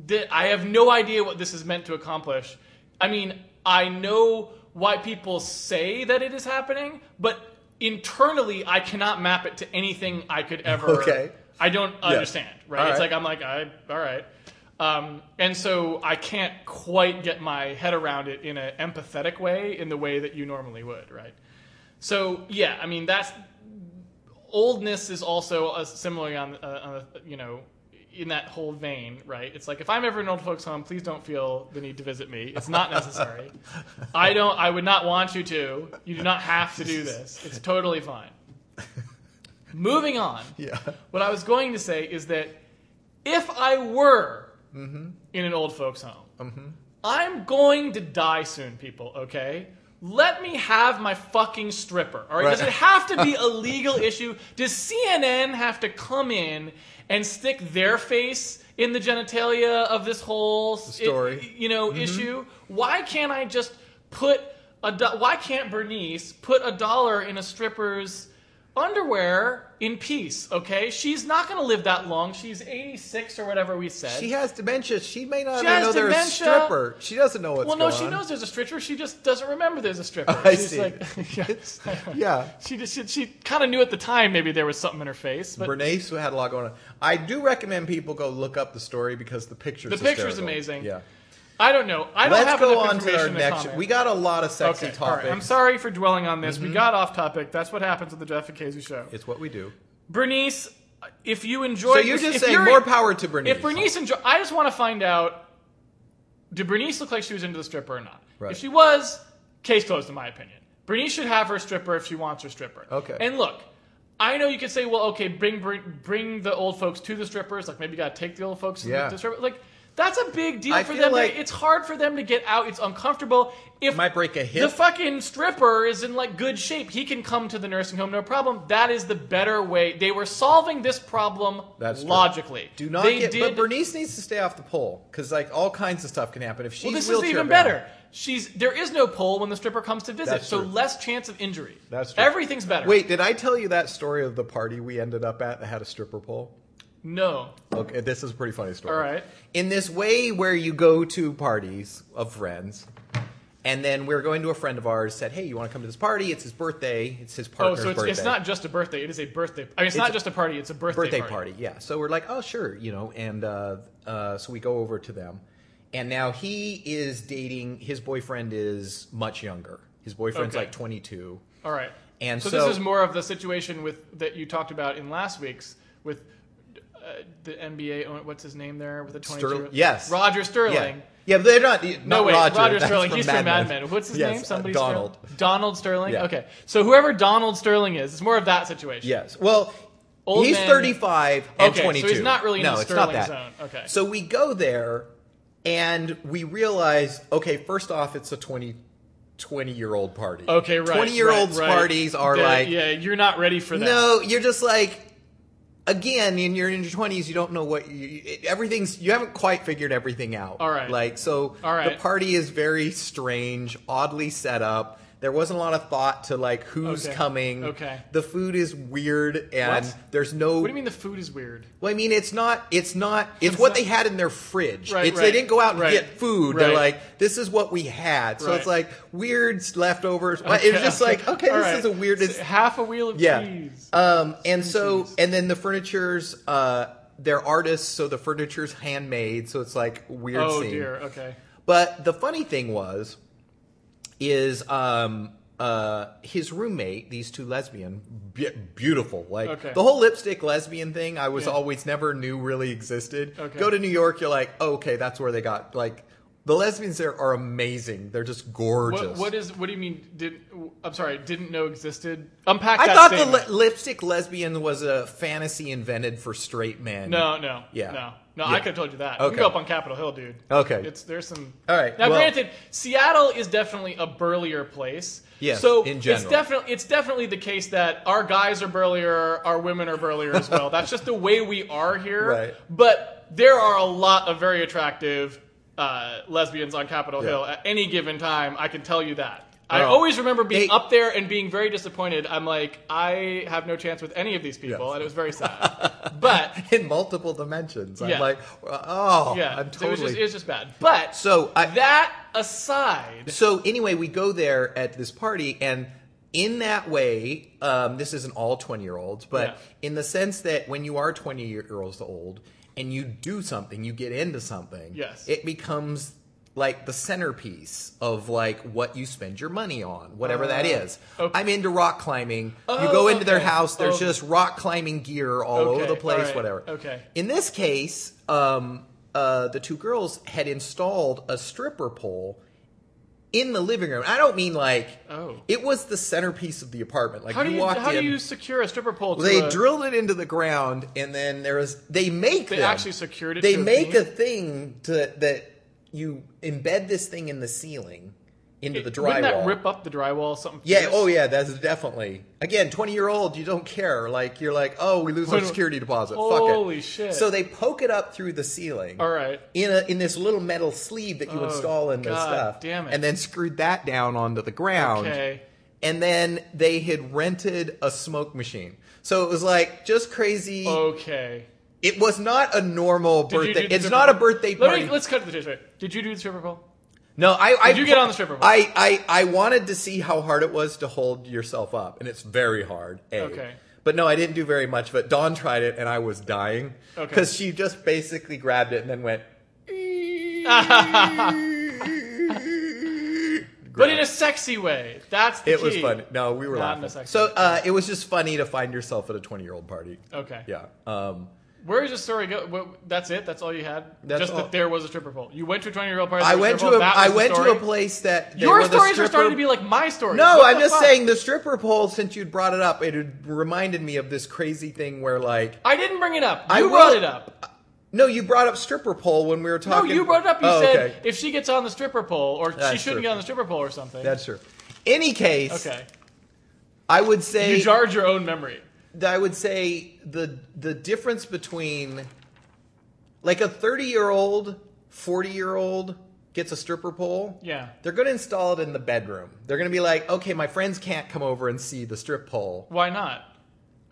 did I have no idea what this is meant to accomplish. I mean, I know why people say that it is happening, but internally I cannot map it to anything I could ever Okay. I don't understand, right? All It's right. like I'm like I all right, um, and so I can't quite get my head around it in an empathetic way, in the way that you normally would, right? So yeah, I mean that's oldness is also uh, similarly on, uh, on a, you know in that whole vein, right? It's like if I'm ever in an old folks' home, please don't feel the need to visit me. It's not necessary. I don't. I would not want you to. You do not have to do this. It's totally fine. Moving on. Yeah. What I was going to say is that if I were in an old folks' home, I'm going to die soon, people, okay? Let me have my fucking stripper, all right? Does Right. it have to be a legal issue? Does CNN have to come in and stick their face in the genitalia of this whole s- story. i- you know, Mm-hmm. issue? Why can't I just put a do- why can't Bernice put a dollar in a stripper's underwear in peace, okay? She's not going to live that long. She's 86 or whatever we said. She has dementia. She may not She even has know there's a dementia. stripper. She doesn't know what's well, no, going she on. knows there's a stripper. She just doesn't remember there's a stripper. (laughs) I She's see. like, (laughs) yeah. It's- (laughs) yeah. She just she, she kind of knew at the time maybe there was something in her face, but Bernice had a lot going on. I do recommend people go look up the story because the picture's The picture's hysterical. amazing. Yeah. I don't know. I don't Let's have go enough on to our information next. comment. We got a lot of sexy okay, all topics. Mm-hmm. right. I'm sorry for dwelling on this. We got off topic. That's what happens with the Jeff and Casey show. It's what we do. Bernice, if you enjoy, So you're if just if saying you're- more power to Bernice. If Bernice enjoy, I just want to find out: Did Bernice look like she was into the stripper or not? Right. If she was, case closed, in my opinion. Bernice should have her stripper if she wants her stripper. Okay. And look, I know you could say, well, okay, bring bring, bring the old folks to the strippers. Like maybe you gotta take the old folks to the- Yeah. to the stripper. Like that's a big deal I for feel them. like- to, it's hard for them to get out. It's uncomfortable. If might break a hip. the fucking stripper is in like good shape. He can come to the nursing home, no problem. That is the better way. They were solving this problem That's true. logically. do not they get. But did. Bernice needs to stay off the pole because like all kinds of stuff can happen. If she's well, this is wheelchair even bound. better. She's there is no pole when the stripper comes to visit, That's so true. less chance of injury. That's true. Everything's better. Wait, did I tell you that story of the party we ended up at that had a stripper pole? no. Okay, this is a pretty funny story. All right. In this way, where you go to parties of friends, and then we are going to a friend of ours said, "Hey, you want to come to this party? It's his birthday. It's his Oh, partner's so it's, birthday." it's not just a birthday. It is a birthday. I mean, it's, It's not a- just a party. It's a birthday, birthday party. Yeah. So we're like, oh sure, you know, and uh, uh, so we go over to them, and now he is dating. His boyfriend is much younger. His boyfriend's Okay. like 22. All right. And so, so- this is more of the situation with that you talked about in last week's with uh, the NBA. own- What's his name there with the twenty? Sterl- yes. Roger Sterling. Yeah. Yeah, but they're not. not No, wait, Roger, Roger, that's Sterling. from He's Mad from Mad Men. What's his Yes, name? uh, Somebody Donald. Sterling? Donald Sterling. Yeah. Okay, so whoever Donald Sterling is, it's more of that situation. Yes. Well, Old he's man- 35 and Okay, so he's 22. not really in no, the it's not Sterling that. zone. Okay. So we go there and we realize okay, first off, it's a 20, 20 year old party. Okay, right. 20 year olds right, right. parties are That- like, yeah, you're not ready for that. no, you're just like, again, in your, in your 20s, you don't know what you, it- everything's, you haven't quite figured everything out. All right. Like, so All right. the party is very strange, oddly set up. There wasn't a lot of thought to like who's Okay. coming. Okay. The food is weird and What? there's no What do you mean the food is weird? well, I mean, it's not. It's not. It's It's what not- they had in their fridge. Right, it's right, they didn't go out and right, get food. right. They're like, this is what we had. So Right. it's like weird leftovers. But It was Okay, (laughs) just like, okay, All this right. is a weird. So half a wheel of yeah. cheese. Um, Oh, and so, cheese. and then the furniture's. Uh, they're artists, so the furniture's handmade. So it's like weird. oh scene. dear. Okay. But the funny thing was, is um, uh, his roommate, these two lesbian, be- beautiful. Like Okay. the whole lipstick lesbian thing, I was Yeah. always never knew really existed. Okay. Go to New York, you're like, oh, okay, that's where they got like The lesbians there are amazing. They're just gorgeous. What, what is? What do you mean? Did I'm sorry? Didn't know existed. Unpack. I that thought the statement. li- lipstick lesbian was a fantasy invented for straight men. No, no. Yeah. No. No, Yeah. I could have told you that. You Okay. can go up on Capitol Hill, dude. Okay. It's there's some All right, Now well- granted, Seattle is definitely a burlier place. Yes, So in it's general. definitely it's definitely the case that our guys are burlier, our women are burlier as well. That's just the way we are here. (laughs) Right. But there are a lot of very attractive uh, lesbians on Capitol Hill at any given time. I can tell you that. I Oh. always remember being They- up there and being very disappointed. I'm like, I have no chance with any of these people, Yes. and it was (laughs) very sad. but (laughs) in multiple dimensions. Yeah. I'm like, oh, yeah, I'm it was totally. just it was just bad. But so I, that aside, so anyway, we go there at this party, and in that way, um, this isn't all twenty year olds, but Yeah. in the sense that when you are twenty year olds old and you do something, you get into something. Yes. it becomes like the centerpiece of like what you spend your money on, whatever that is. Uh, okay. I'm into rock climbing. Oh, you go into their okay. house, there's Oh. just rock climbing gear all Okay, over the place, alright, whatever. okay. In this case, um, uh, the two girls had installed a stripper pole in the living room. I don't mean like Oh. it was the centerpiece of the apartment. Like how do you you walked how in, do you secure a stripper pole? To they a, drilled it into the ground, and then there was they make They them. actually secured it They to a make beam? a thing to that you embed this thing in the ceiling into the drywall. Wouldn't that rip up the drywall? Something. yeah, fierce? oh yeah, that's definitely. Again, 20 year old, you don't care. Like, you're like, oh, we lose our Wait, security deposit. Fuck it. Holy shit. So they poke it up through the ceiling. All right. In a in this little metal sleeve that you Oh, install in this God stuff. damn it. And then screwed that down onto the ground. Okay. And then they had rented a smoke machine. So it was like just crazy. Okay. It was not a normal Oh. Did you birthday. do the It's stripper not a pole? birthday Let me- party. let's cut to the chase. Right? Did you do the stripper pole? no, I. I Did you get on the stripper pole? I, I I wanted to see how hard it was to hold yourself up, and it's very hard. A. Okay. But no, I didn't do very much. But Dawn tried it, and I was dying Okay. because she just basically grabbed it and then (laughs) went. But in a sexy way. That's the It was key. fun. No, we were Not in a laughing. sex So uh, it was just funny to find yourself at a 20 year old party. Okay. Yeah. Um, Where does the story go? What, that's it. That's all you had. That's Just all. that there was a stripper pole. You went to a twenty-year-old party. I there was went stripper to a pole, that I was the went to story? a place that they Your were the stories are starting stripper- to be like my stories. No, What I'm the just fuck? saying the stripper pole. Since you'd brought it up, it had reminded me of this crazy thing where like I didn't bring it up. You I will- brought it up. no, you brought up stripper pole when we were No, talking. you brought it up. You Oh, said okay. if she gets on the stripper pole, or she That's shouldn't true. get on the stripper pole, or something. that's true. Any case, okay. I would say You jarred your own memory. that I would say the the difference between like a 30 year old, 40 year old gets a stripper pole. Yeah. They're going to install it in the bedroom. They're going to be like, okay, my friends can't come over and see the strip pole. Why not?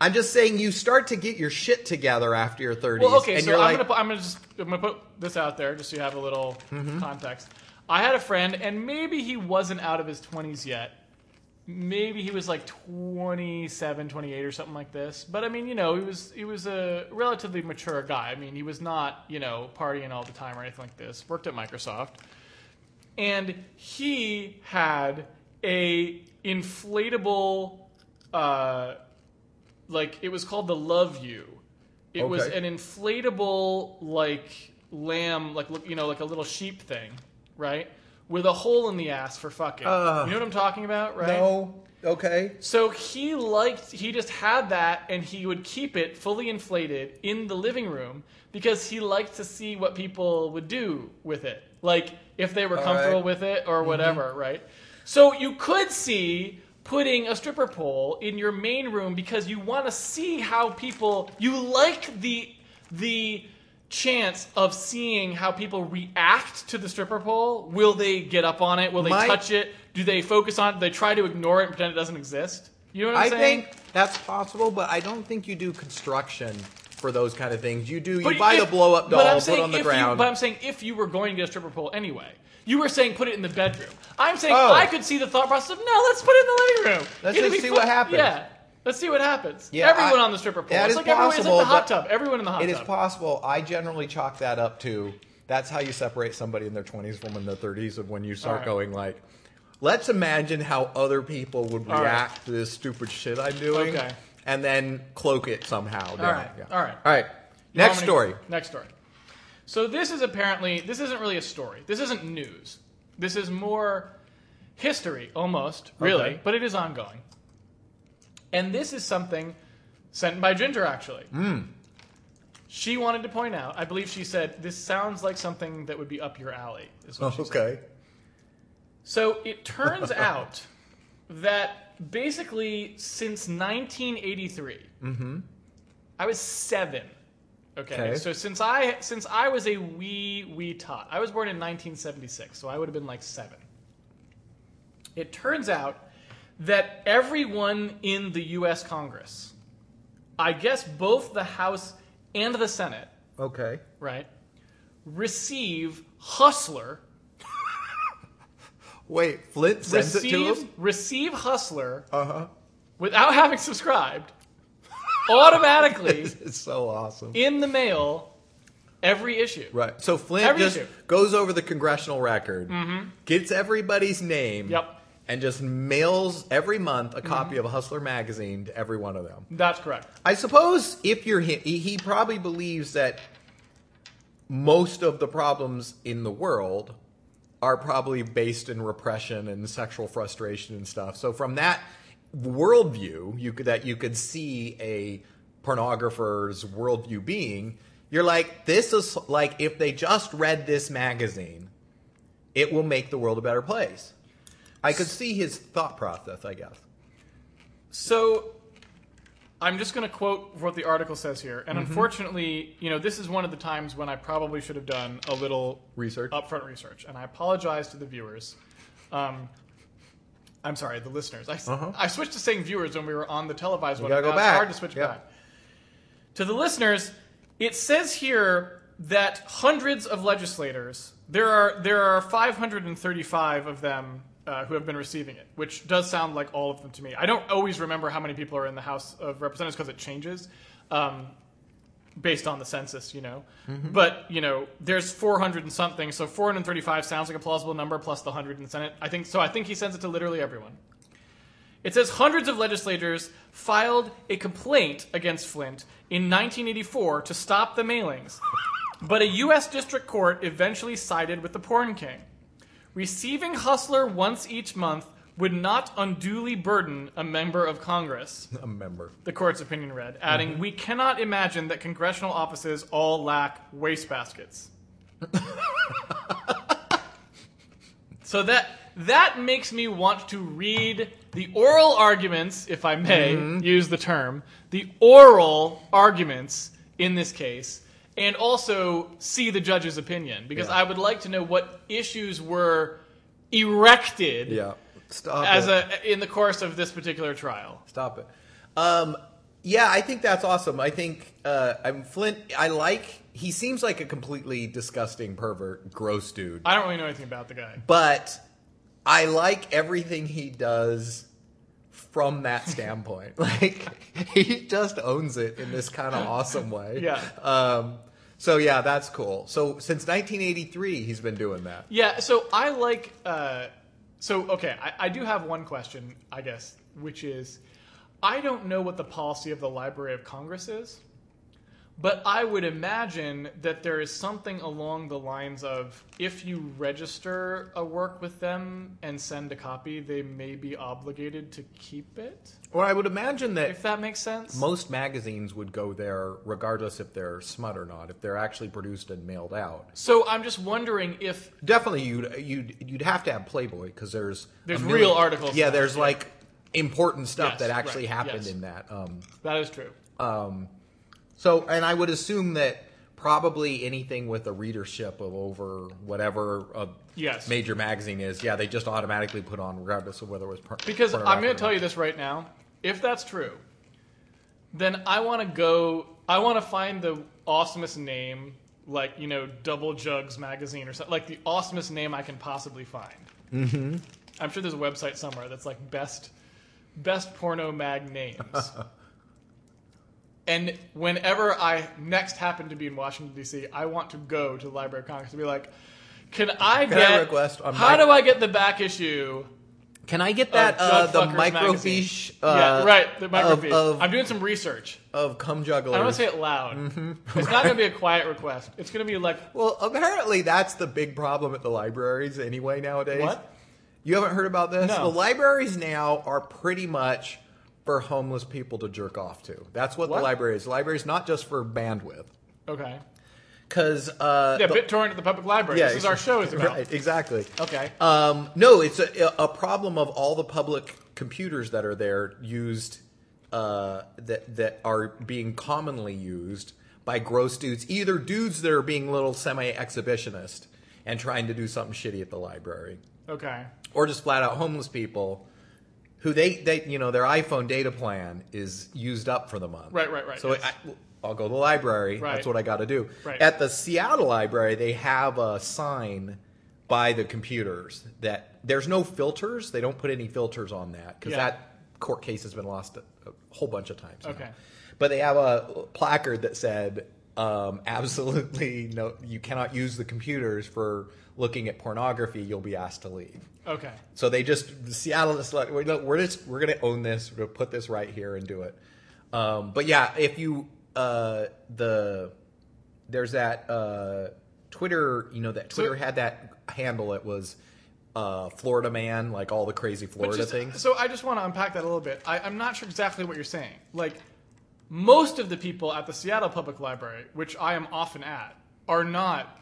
I'm just saying you start to get your shit together after your 30s. Well, okay. and So you're like, I'm gonna put, I'm gonna just I'm gonna put this out there just so you have a little Mm-hmm. context. I had a friend, and maybe he wasn't out of his 20s yet. Maybe he was like 27, 28 or something like this. But I mean, you know, he was he was a relatively mature guy. I mean, he was not you know partying all the time or anything like this. Worked at Microsoft. and he had a inflatable uh like it was called the love you it was Okay. an inflatable like lamb like look you know like a little sheep thing right with a hole in the ass for fucking Ugh. you know what i'm talking about right no, okay. so he liked, he just had that and he would keep it fully inflated in the living room because he liked to see what people would do with it. Like if they were All comfortable right. with it or whatever, right? So you could see putting a stripper pole in your main room because you want to see how people, you like the, the, chance of seeing how people react to the stripper pole will they get up on it will they My- touch it do they focus on? Do they try to ignore it and pretend it doesn't exist? You know what I'm I saying? think that's possible, but I don't think you do construction for those kind of things. You do, you But buy if- the blow up but I'm doll, put saying it on the if You, ground. but I'm saying if you were going to get a stripper pole anyway, you were saying put it in the bedroom. I'm saying Oh. I could see the thought process of no, let's put it in the living room. Let's It'd just be see fu- what happens. Yeah, let's see what happens. Yeah, everyone I- on the stripper pole. that It's is like everyone. It's like the possible, hot but tub. Everyone in the hot It is tub. possible. I generally chalk that up to that's how you separate somebody in their 20s from in their 30s of when you start Alright. going like, let's imagine how other people would Alright. react to this stupid shit I'm doing, Okay. and then cloak it somehow. down. Alright, alright. All right. Next Dominic- story. (laughs) Next story. So this is apparently this isn't really a story. This isn't news. This is more history almost, really, Okay. but it is ongoing. And this is something sent by Ginger actually. Hmm. She wanted to point out, I believe she said, this sounds like something that would be up your alley. Is what she said. Oh, Okay. So (laughs) it turns out that basically since 1983, I was seven. Okay? Mm-hmm. Okay. so since I since I was a wee wee tot, I was born in 1976, so I would have been like seven. It turns out that everyone in the U.S. Congress, I guess both the House and the Senate, Okay. right, receive Hustler Wait, Flint sends it to receive, him? receive Hustler Uh huh. without having subscribed automatically It's so awesome. in the mail every issue. Right. So Flint Every just issue. goes over the congressional record, gets everybody's name, Yep. Mm-hmm. and just mails every month a copy of Hustler magazine to every one of them. That's correct. I suppose if you're him, he he probably believes that most of the problems in the world are probably based in repression and sexual frustration and stuff. So from that worldview, you could that you could see a pornographer's worldview being, you're like, this is like if they just read this magazine, it will make the world a better place. I could see his thought process, I guess. So I'm just going to quote what the article says here. And unfortunately, you know, this is one of the times when I probably should have done a little Research. (laughs) upfront research. And I apologize to the viewers. Um, I'm sorry, the listeners. I, Uh-huh. I switched to saying viewers when we were on the televised one. gotta but go now back. It's hard to switch Yep. back. To the listeners, it says here that hundreds of legislators, there are there are 535 of them uh, who have been receiving it, which does sound like all of them to me. I don't always remember how many people are in the House of Representatives because it changes. Um, based on the census, you know. But, you know, there's 400 and something, so 435 sounds like a plausible number plus the 100 in the Senate. I think so I think he sends it to literally everyone. It says hundreds of legislators filed a complaint against Flint in 1984 to stop the mailings. But a US district court eventually sided with the porn king. Receiving Hustler once each month would not unduly burden a member of Congress A member. the court's opinion read, adding, Mm-hmm. We cannot imagine that congressional offices all lack (laughs) wastebaskets. so that that makes me want to read the oral arguments, if I may Mm-hmm. use the term, the oral arguments in this case, and also see the judge's opinion, because Yeah. I would like to know what issues were erected Yeah. Stop. as it. a in the course of this particular trial. Stop it. Um, yeah, I think that's awesome. I think uh, I'm Flint. I like. He seems like a completely disgusting pervert, gross dude. I don't really know anything about the guy. But I like everything he does from that standpoint. (laughs) like he just owns it in this kind of awesome way. Yeah. Um, so yeah, that's cool. So since 1983, he's been doing that. Yeah, so I like. Uh, so, okay, I, I do have one question, I guess, which is I don't know what the policy of the Library of Congress is, but I would imagine that there is something along the lines of if you register a work with them and send a copy, they may be obligated to keep it, Or I would imagine that if that makes sense. most magazines would go there regardless if they're smut or not, if they're actually produced and mailed out. so I'm just wondering if. Definitely, you'd you'd you'd have to have Playboy because there's a There's real articles Yeah, now, there's yeah. like important stuff Yes, that actually right, happened yes. in that. Um, That is true. so, and I would assume that probably anything with a readership of over whatever a Yes. major magazine is, yeah, they just automatically put on regardless of whether it was per- Because I'm going to tell you. you this right now. If that's true, then I want to go. I want to find the awesomest name, like you know, Double Jugs magazine or something, like the awesomest name I can possibly find. Mm-hmm. I'm sure there's a website somewhere that's like best best porno mag (laughs) names. and whenever I next happen to be in Washington D.C., I want to go to the Library of Congress and be like, "Can I I get? request on how my- do I get the back issue?" Can I get that uh, Jug the Fuckers magazine. microfiche? Uh, yeah, right. The microfiche. of- I'm doing some research. of cum I jugglers. don't want to say it loud. Mm-hmm. (laughs) It's not going to be a quiet request. It's going to be like, well, apparently that's the big problem at the libraries anyway nowadays. What? You haven't heard about this? No. The libraries now are pretty much for homeless people to jerk off to. That's what, What? the library is. The library is not just for bandwidth. okay. Because uh, Yeah, the- BitTorrent at the public library. this is our show is about. Right, exactly. Okay. Um, no, it's a, a problem of all the public computers that are there used uh, that that are being commonly used by gross dudes, either dudes that are being little semi-exhibitionist and trying to do something shitty at the library, Okay. or just flat out homeless people who they they you know their iPhone data plan is used up for the month. Right, right, right, So yes. I, I'll go to the library. Right. That's what I got to do. Right. At the Seattle library, they have a sign by the computers that there's no filters. They don't put any filters on that because Yeah. that court case has been lost a, a whole bunch of times. now. Okay. But they have a placard that said, um, (laughs) absolutely no, you cannot use the computers for looking at pornography. You'll be asked to leave. Okay. So they just Seattle is like, we're we're just we're gonna own this. We're gonna put this right here and do it. Um, but yeah, if you uh, the there's that uh, Twitter, you know that Twitter had that handle. It was uh, Florida man, like all the crazy Florida Just- things. So I just want to unpack that a little bit. I, I'm not sure exactly what you're saying. Like, most of the people at the Seattle Public Library, which I am often at, are not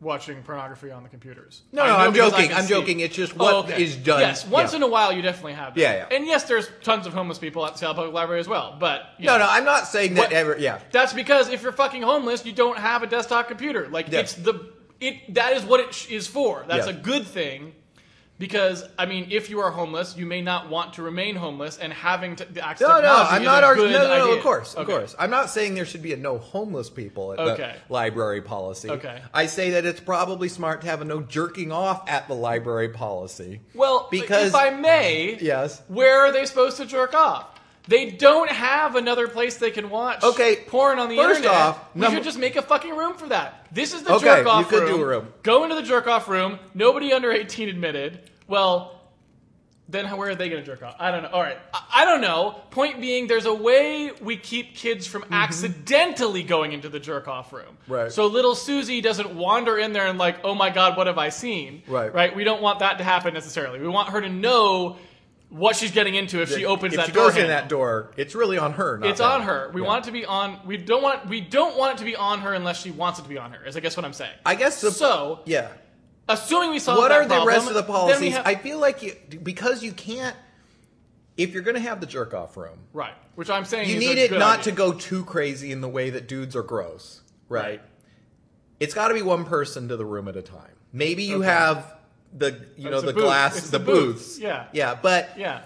watching pornography on the computers. No, I no, know I'm because I joking. can I'm see. Oh, joking. It's just what is done. Yes, once Yeah. in a while you definitely have. That. Yeah, yeah. And yes, there's tons of homeless people at the Seattle Public Library as well. But you no, know, no, I'm not saying that What- ever. Yeah, that's because if you're fucking homeless, you don't have a desktop computer. Like Yeah. it's the it that is what it sh- is for. That's Yeah. a good thing because I mean, if you are homeless, you may not want to remain homeless, and having to the access to No, no, technology I'm is not a arguing. good No, no, no, idea. of course, of Okay. course. I'm not saying there should be a no homeless people at Okay. the library policy. Okay. I say that it's probably smart to have a no jerking off at the library policy. Well, Because- if I may, Yes. where are they supposed to jerk off? They don't have another place they can watch Okay, porn on the first internet. off, we number- should just make a fucking room for that. This is the Okay, jerk off you room. could do a room. Go into the jerk off room. Nobody under 18 admitted. Well, then how, where are they going to jerk off? I don't know. All right. I, I don't know. Point being, there's a way we keep kids from accidentally going into the jerk off room. Mm-hmm. Right. So little Susie doesn't wander in there and, like, oh my God, what have I seen? Right. Right? We don't want that to happen necessarily. We want her to know what she's getting into if she opens if that she door. goes in handle. that door, it's really on her. Not it's them. on her. We Yeah. want it to be on. We don't want. We don't want it to be on her unless she wants it to be on her. Is I guess what I'm saying. I guess the, so. Yeah. Assuming we solve What that are the problem, rest of the then we policies? have- I feel like you because you can't. If you're going to have the jerk off room, right, which I'm saying you is a need it good not idea. to go too crazy in the way that dudes are gross, right? Right. It's got to be one person to the room at a time. Maybe you Okay. have the you know It's a the booth. glass It's the, the booths. booths. Yeah. yeah, but Yeah.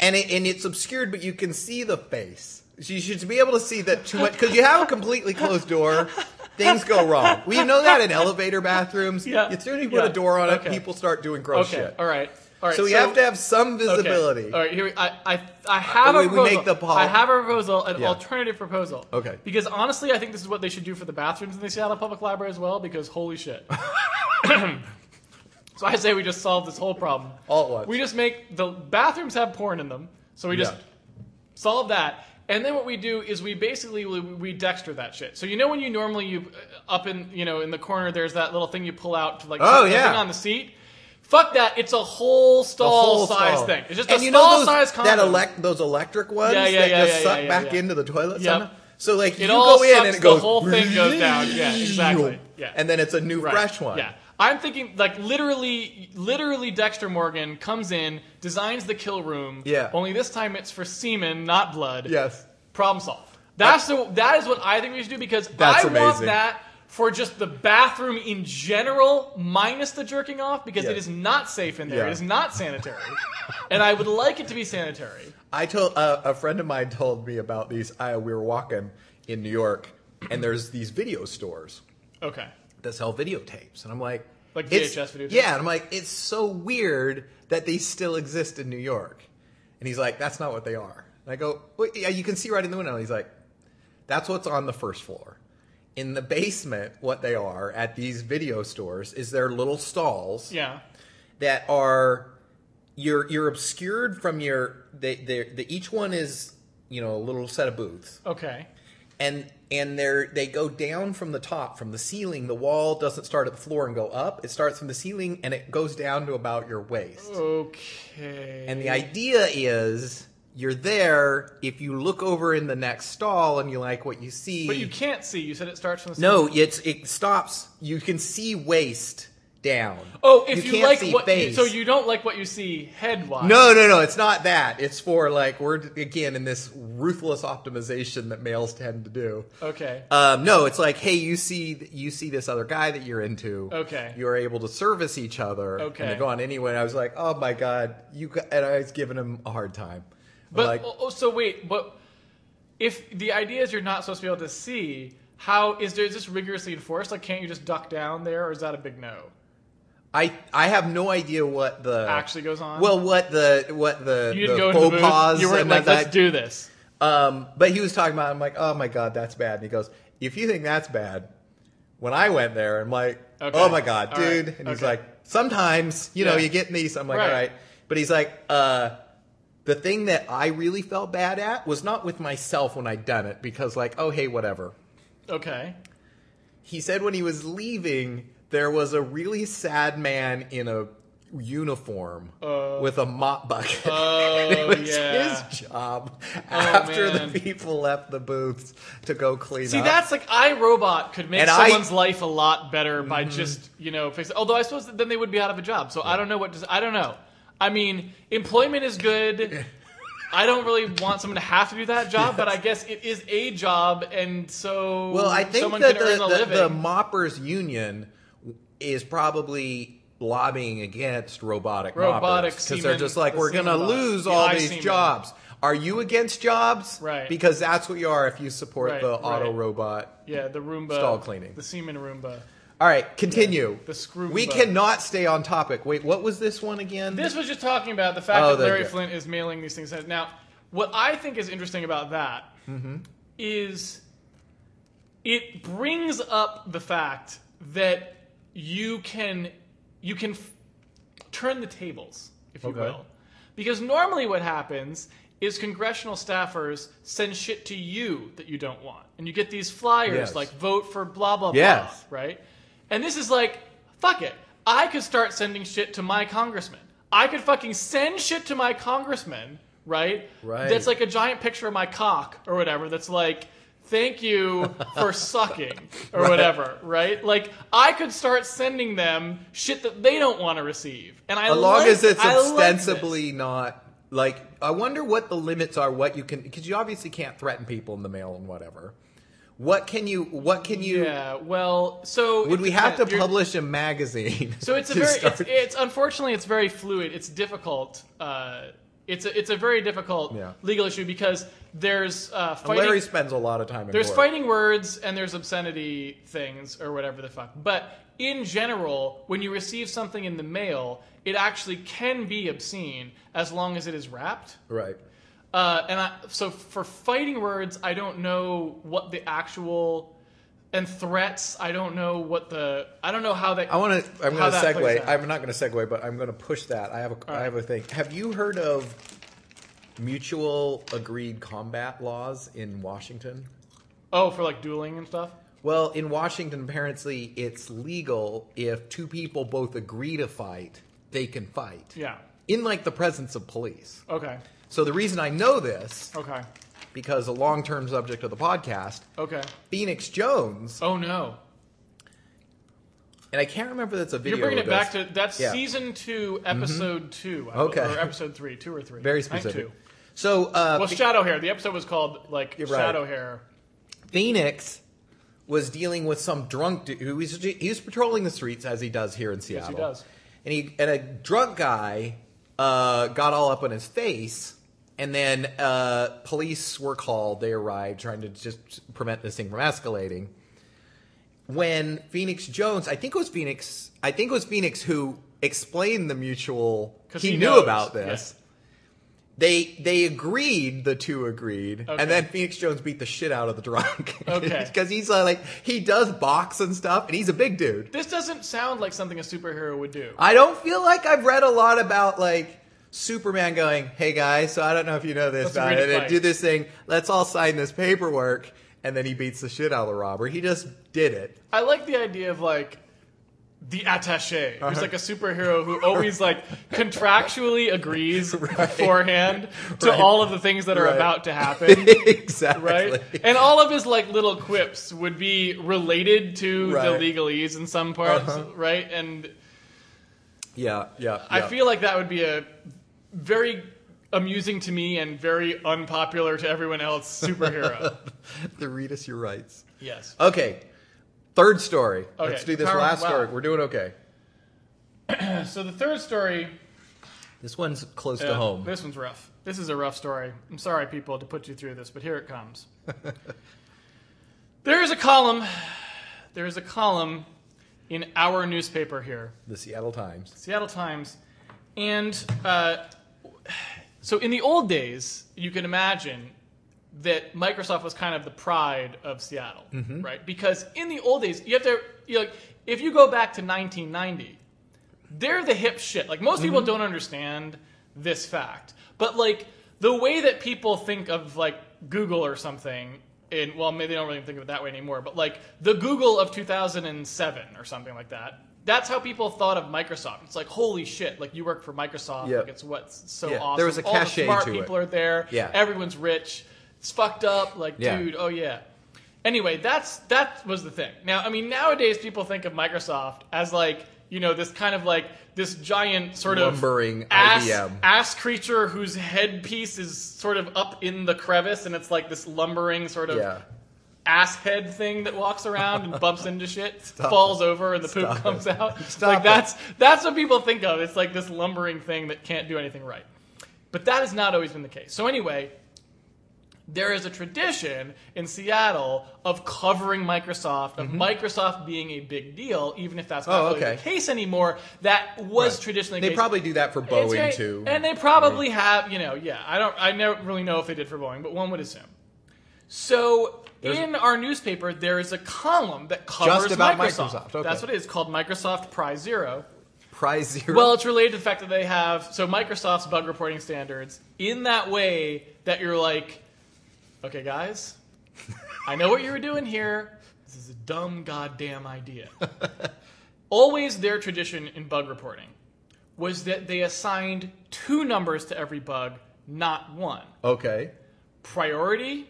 and it, and it's obscured, but you can see the face. So you should be able to see that too much because you have a completely closed door. Things go wrong. We know that in elevator bathrooms. Yeah. As soon as you put Yeah. a door on Okay. it, people start doing gross Okay. Oh, shit. All right. All right. So you have to have some okay. visibility. All right. Here we, I, I I have We- Uh, a we proposal. make the pol- I have a proposal, an Yeah. alternative proposal. Okay. Because honestly, I think this is what they should do for the bathrooms in the Seattle Public Library as well. Because (laughs) holy shit. (coughs) so I say we just solve this whole problem. All at once. We just make the bathrooms have porn in them, so we just Yeah. solve that. And then what we do is we basically we, we Dexter that shit. So you know when you normally you uh, up in you know in the corner there's that little thing you pull out to like Oh, put the yeah. thing on the seat. Fuck that! It's a whole The stall whole size stall. thing. It's just and a you know stall those, size condom. that elect those electric ones Yeah, yeah, that yeah, just yeah, suck yeah, yeah, back yeah. into the toilet Yep. somehow. So like you all go in sucks, and it goes the whole thing goes down. (laughs) Yeah, exactly. Yeah. And then it's a new Right. fresh one. Yeah. I'm thinking like literally literally Dexter Morgan comes in, designs the kill room. Yeah. Only this time it's for semen, not blood. Yes. Problem solved. That's the that is what I think we should do because That's I want amazing. that for just the bathroom in general, minus the jerking off, because it Yes. is not safe in there. Yeah. It is (laughs) not sanitary. and I would like it to be sanitary. I told uh, a friend of mine (laughs) told me about these. I we were walking in New York, and there's these video stores Okay. that sell videotapes, and I'm like, Like it's- VHS videotapes? Yeah, and I'm like, it's so weird that they still exist in New York. And he's like, that's not what they are. And I go, well, yeah, you can see right in the window. And he's like, that's what's on the first floor. In the basement, what they are at these video stores is their little stalls Yeah. that are you're you're obscured from your they they they each one is you know a little set of booths Okay. and and they're they go down from the top from the ceiling the wall doesn't start at the floor and go up it starts from the ceiling and it goes down to about your waist Okay. and the idea is you're there if you look over in the next stall and you like what you see but you can't see. You said it starts from the no it's it stops you can see waist down Oh, if you, can't like see what, face. so you don't like what you see head wise. No, no, no. It's not that. It's for like we're again in this ruthless optimization that males tend to do. Okay. Um, no, it's like hey, you see, you see this other guy that you're into. Okay. You're able to service each other. Okay. And they go on anyway. And I was like, oh my god, you. g- And I was giving him a hard time. but like, oh, oh, so wait, but if the idea is you're not supposed to be able to see, how is there is this rigorously enforced? Like, can't you just duck down there, or is that a big no? I I have no idea what the Actually goes on? Well, what the what the You didn't the go into the booth. pause you weren't and like, that- let's do this. Um, but he was talking about. I'm like, oh my god, that's bad. And he goes, if you think that's bad, when I went there, I'm like, Okay. oh my god, All dude. right. And he's Okay. like, sometimes you know Yeah. you get in these. I'm like, Right. all right. But he's like, uh, the thing that I really felt bad at was not with myself when I'd done it because like, oh hey, whatever. (laughs) Okay. He said when he was leaving, there was a really sad man in a uniform Uh. with a mop bucket. it Oh was yeah. Oh, his job after man. the people left the booths to go clean See, up. that's like iRobot could make And I- Mm-hmm. someone's life a lot better by just you know fixing. Although I suppose that then they would be out of a job. So I don't know what does. I don't know. I mean, employment is good. I don't really want someone to have to do that job, but I guess it is a job, and so well, I think someone that can earn a the, the, living. the moppers union is probably lobbying against robotic Robotic because they're semen- just like the we're going to semen bot. lose The all eye these semen. jobs. Are you against jobs? Right. Because that's what you are if you support Right, the right. auto robot. yeah, the Roomba Stall cleaning. the semen Roomba. All right, continue. the screw We bot. cannot stay on topic. Wait, what was this one again? This was just talking about the fact Oh, that there you Larry go. Flint is mailing these things out. Now, what I think is interesting about that is Mm-hmm. it brings up the fact that you can you can f- turn the tables, if you Okay. will, because normally what happens is congressional staffers send shit to you that you don't want, and you get these flyers Yes. like vote for blah blah Yes. blah, right? And this is like, fuck it. I could start sending shit to my congressman. I could fucking send shit to my congressman, right? Right. That's like a giant picture of my cock or whatever. That's like, thank you (laughs) for sucking or whatever, right? Like, I could start sending them shit that they don't want to receive, and I as long like- as it's I like this. ostensibly not like i wonder what the limits are what you can because you obviously can't threaten people in the mail and whatever what can you what can you Yeah. Well, so would it we have to depends. You're- publish a magazine So (laughs) it's a to very start- it's, it's unfortunately it's very fluid. It's difficult. Uh, it's a, it's a very difficult Yeah. legal issue because there's uh, fighting. larry spends a lot of time in there's court. fighting words and there's obscenity things or whatever the fuck. But in general, when you receive something in the mail, it actually can be obscene as long as it is wrapped. right Uh, and I, so for fighting words, I don't know what the actual and threats. I don't know what the I don't know how that. i want to i'm How going to that plays segue out. i'm not going to segue but i'm going to push that i have a I have a thing have you heard of mutual agreed combat laws in washington oh, for like dueling and stuff. Well, in Washington, apparently it's legal if two people both agree to fight, they can fight. Yeah. In like the presence of police. Okay. So the reason I know this, Okay. because a long term subject of the podcast, Okay. Phoenix Jones, Oh no. and I can't remember if that's a video. You're bringing of it back this. to that's Yeah. Mm-hmm. season two, episode two. I bel- Okay. Or episode three, two or three. very I think specific. two. So uh, Well, Ph- Shadowhair. The episode was called like You're right. Shadowhair. Phoenix was dealing with some drunk dude who was he was patrolling the streets as he does here in he Seattle. does. And he and a drunk guy uh, got all up in his face, and then uh, police were called. They arrived trying to just prevent this thing from escalating. When Phoenix Jones, I think it was Phoenix, I think it was Phoenix who explained the mutual. 'Cause He, he knew knows, about this. They they agreed. The two agreed, Okay. and then Phoenix Jones beat the shit out of the drunk. (laughs) Okay. because he's uh, like he does box and stuff, and he's a big dude. This doesn't sound like something a superhero would do. I don't feel like I've read a lot about like Superman going, "Hey guys, so I don't know if you know this, Let's but read it I right." do this thing. Let's all sign this paperwork." And then he beats the shit out of Robert. He just did it. (laughs) I like the idea of like the attaché, who's Uh-huh. like a superhero who always like contractually agrees (laughs) Right. beforehand to Right. all of the things that are Right. about to happen. exactly. Right, and all of his like little quips would be related to Right. the legalese in some parts, Uh-huh. right? And Yeah, yeah. I yeah. (laughs) feel like that would be a very amusing to me and very unpopular to everyone else (laughs) superhero. the read us your rights. yes. Okay, third story. Okay, Let's do this Power- last wow. story. We're doing okay. So the third story This one's close Yeah, to home. This one's rough. This is a rough story. I'm sorry, people, to put you through this, but here it (laughs) comes. there is a column. There is a column in our newspaper here, The Seattle Times. Seattle Times, and uh, so in the old days, you can imagine that Microsoft was kind of the pride of Seattle, right? Because in the old days, you have to you like if you go back to 1990 they're the hip shit. Like most people don't understand this fact, but like the way that people think of like Google or something, and well, maybe they don't really think of it that way anymore. But like the Google of 2007 or something like that. That's how people thought of Microsoft. It's like holy shit! Like you work for Microsoft. Yeah. Like it's what's so Yeah, awesome. there was a All the cachet smart to it. people are there. Yeah. everyone's rich. It's fucked up. Like Yeah. dude, oh yeah. Anyway, that's that was the thing. Now, I mean, nowadays people think of Microsoft as like you know this kind of like this giant sort Lumbering of ass, IBM. ass creature whose headpiece is sort of up in the crevice, and it's like this lumbering sort of Yeah. ass head thing that walks around and bumps into (laughs) shit, Stop falls over, and the poop Stop comes it. out. Stop like it. that's that's what people think of. It's like this lumbering thing that can't do anything right. But that has not always been the case. So anyway, there is a tradition in Seattle of covering Microsoft, of Microsoft being a big deal, even if that's not Mm-hmm. Oh, really okay. the case anymore. That was Right. traditionally the They case. probably do that for It's Boeing right. too. And they probably have, you know, yeah. I don't, I never really know if they did for Boeing, but one would assume. So There's- in our newspaper, there is a column that covers Just about Microsoft. Microsoft, okay. That's what it is called, Microsoft Prize Zero. Prize zero. Well, it's related to the fact that they have so Microsoft's bug reporting standards in that way that you're like, okay, guys, I know what you were doing here. This is a dumb goddamn idea. Always their tradition in bug reporting was that they assigned two numbers to every bug, not one okay. priority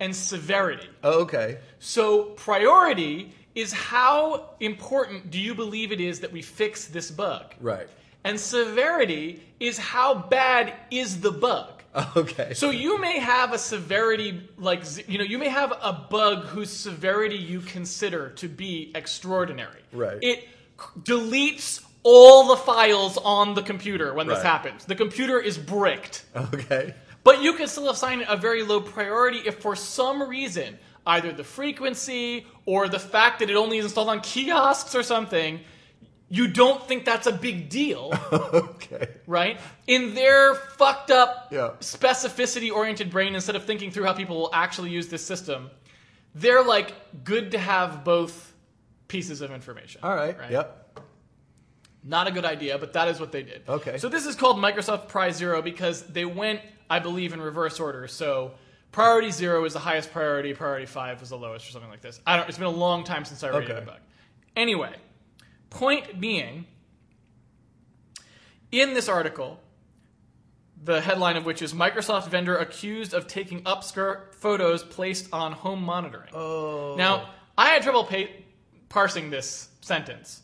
and severity. Oh, okay. So priority is how important do you believe it is that we fix this bug? Right. (laughs) And severity is how bad is the bug. Okay. So you may have a severity, like, z- you know, you may have a bug whose severity you consider to be extraordinary. Right. It c- deletes all the files on the computer when this Right. happens. The computer is bricked. okay. (laughs) But you can still assign it a very low priority if for some reason, either the frequency or the fact that it only is installed on kiosks or something, you don't think that's a (laughs) big deal okay. right? In their fucked up Yeah. specificity oriented brain, instead of thinking through how people will actually use this system, they're like good to have both pieces of information. All right. Yep. Not a good idea, but that is what they did. Okay. So this is called Microsoft Prize Zero because they went, I believe, in reverse order. So priority zero is the highest priority, priority five was the lowest, or something like this. I don't. It's been a long time since I read Okay. a bug. Anyway, point being, in this article, the headline of which is Microsoft vendor accused of taking upskirt photos placed on home monitoring. Oh. Now, I had trouble pa- parsing this sentence.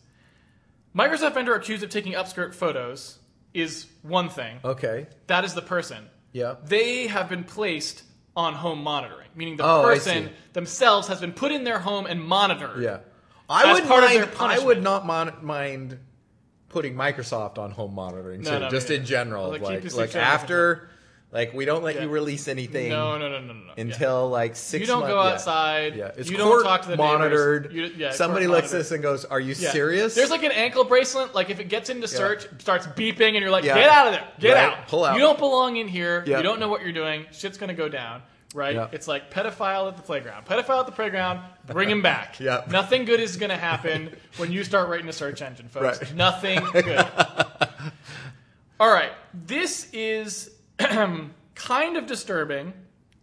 Microsoft vendor accused of taking upskirt photos is one thing. Okay. That is the person. Yeah. They have been placed on home monitoring, meaning the Oh, I person see. themselves has been put in their home and monitored. Yeah. I As would part of mind, their I punishment. would not mon- mind putting Microsoft on home monitoring No, too, no, me just neither. in general. Well, they keep like this like example. after like we don't let Yeah. you release anything No, no, no, no, no. no. Yeah. until like six you don't month- go yeah. outside. Yeah, it's you court don't talk to the neighbors. monitored. You- yeah, it's Somebody court looks at monitored. this and goes, "Are you Yeah. serious?" There's like an ankle bracelet. Like if it gets into search, starts beeping, and you're like, Yeah. "Get out of there! Get Right. out! Pull out." You don't belong in here. Yeah. You don't know what you're doing. Shit's gonna go down." Right? Yeah. It's like pedophile at the playground. Pedophile at the playground. Bring him (laughs) back. Yeah. Nothing good is (laughs) gonna happen when you start writing a search engine, folks. Right. Nothing good. All right. This is (clears throat) kind of disturbing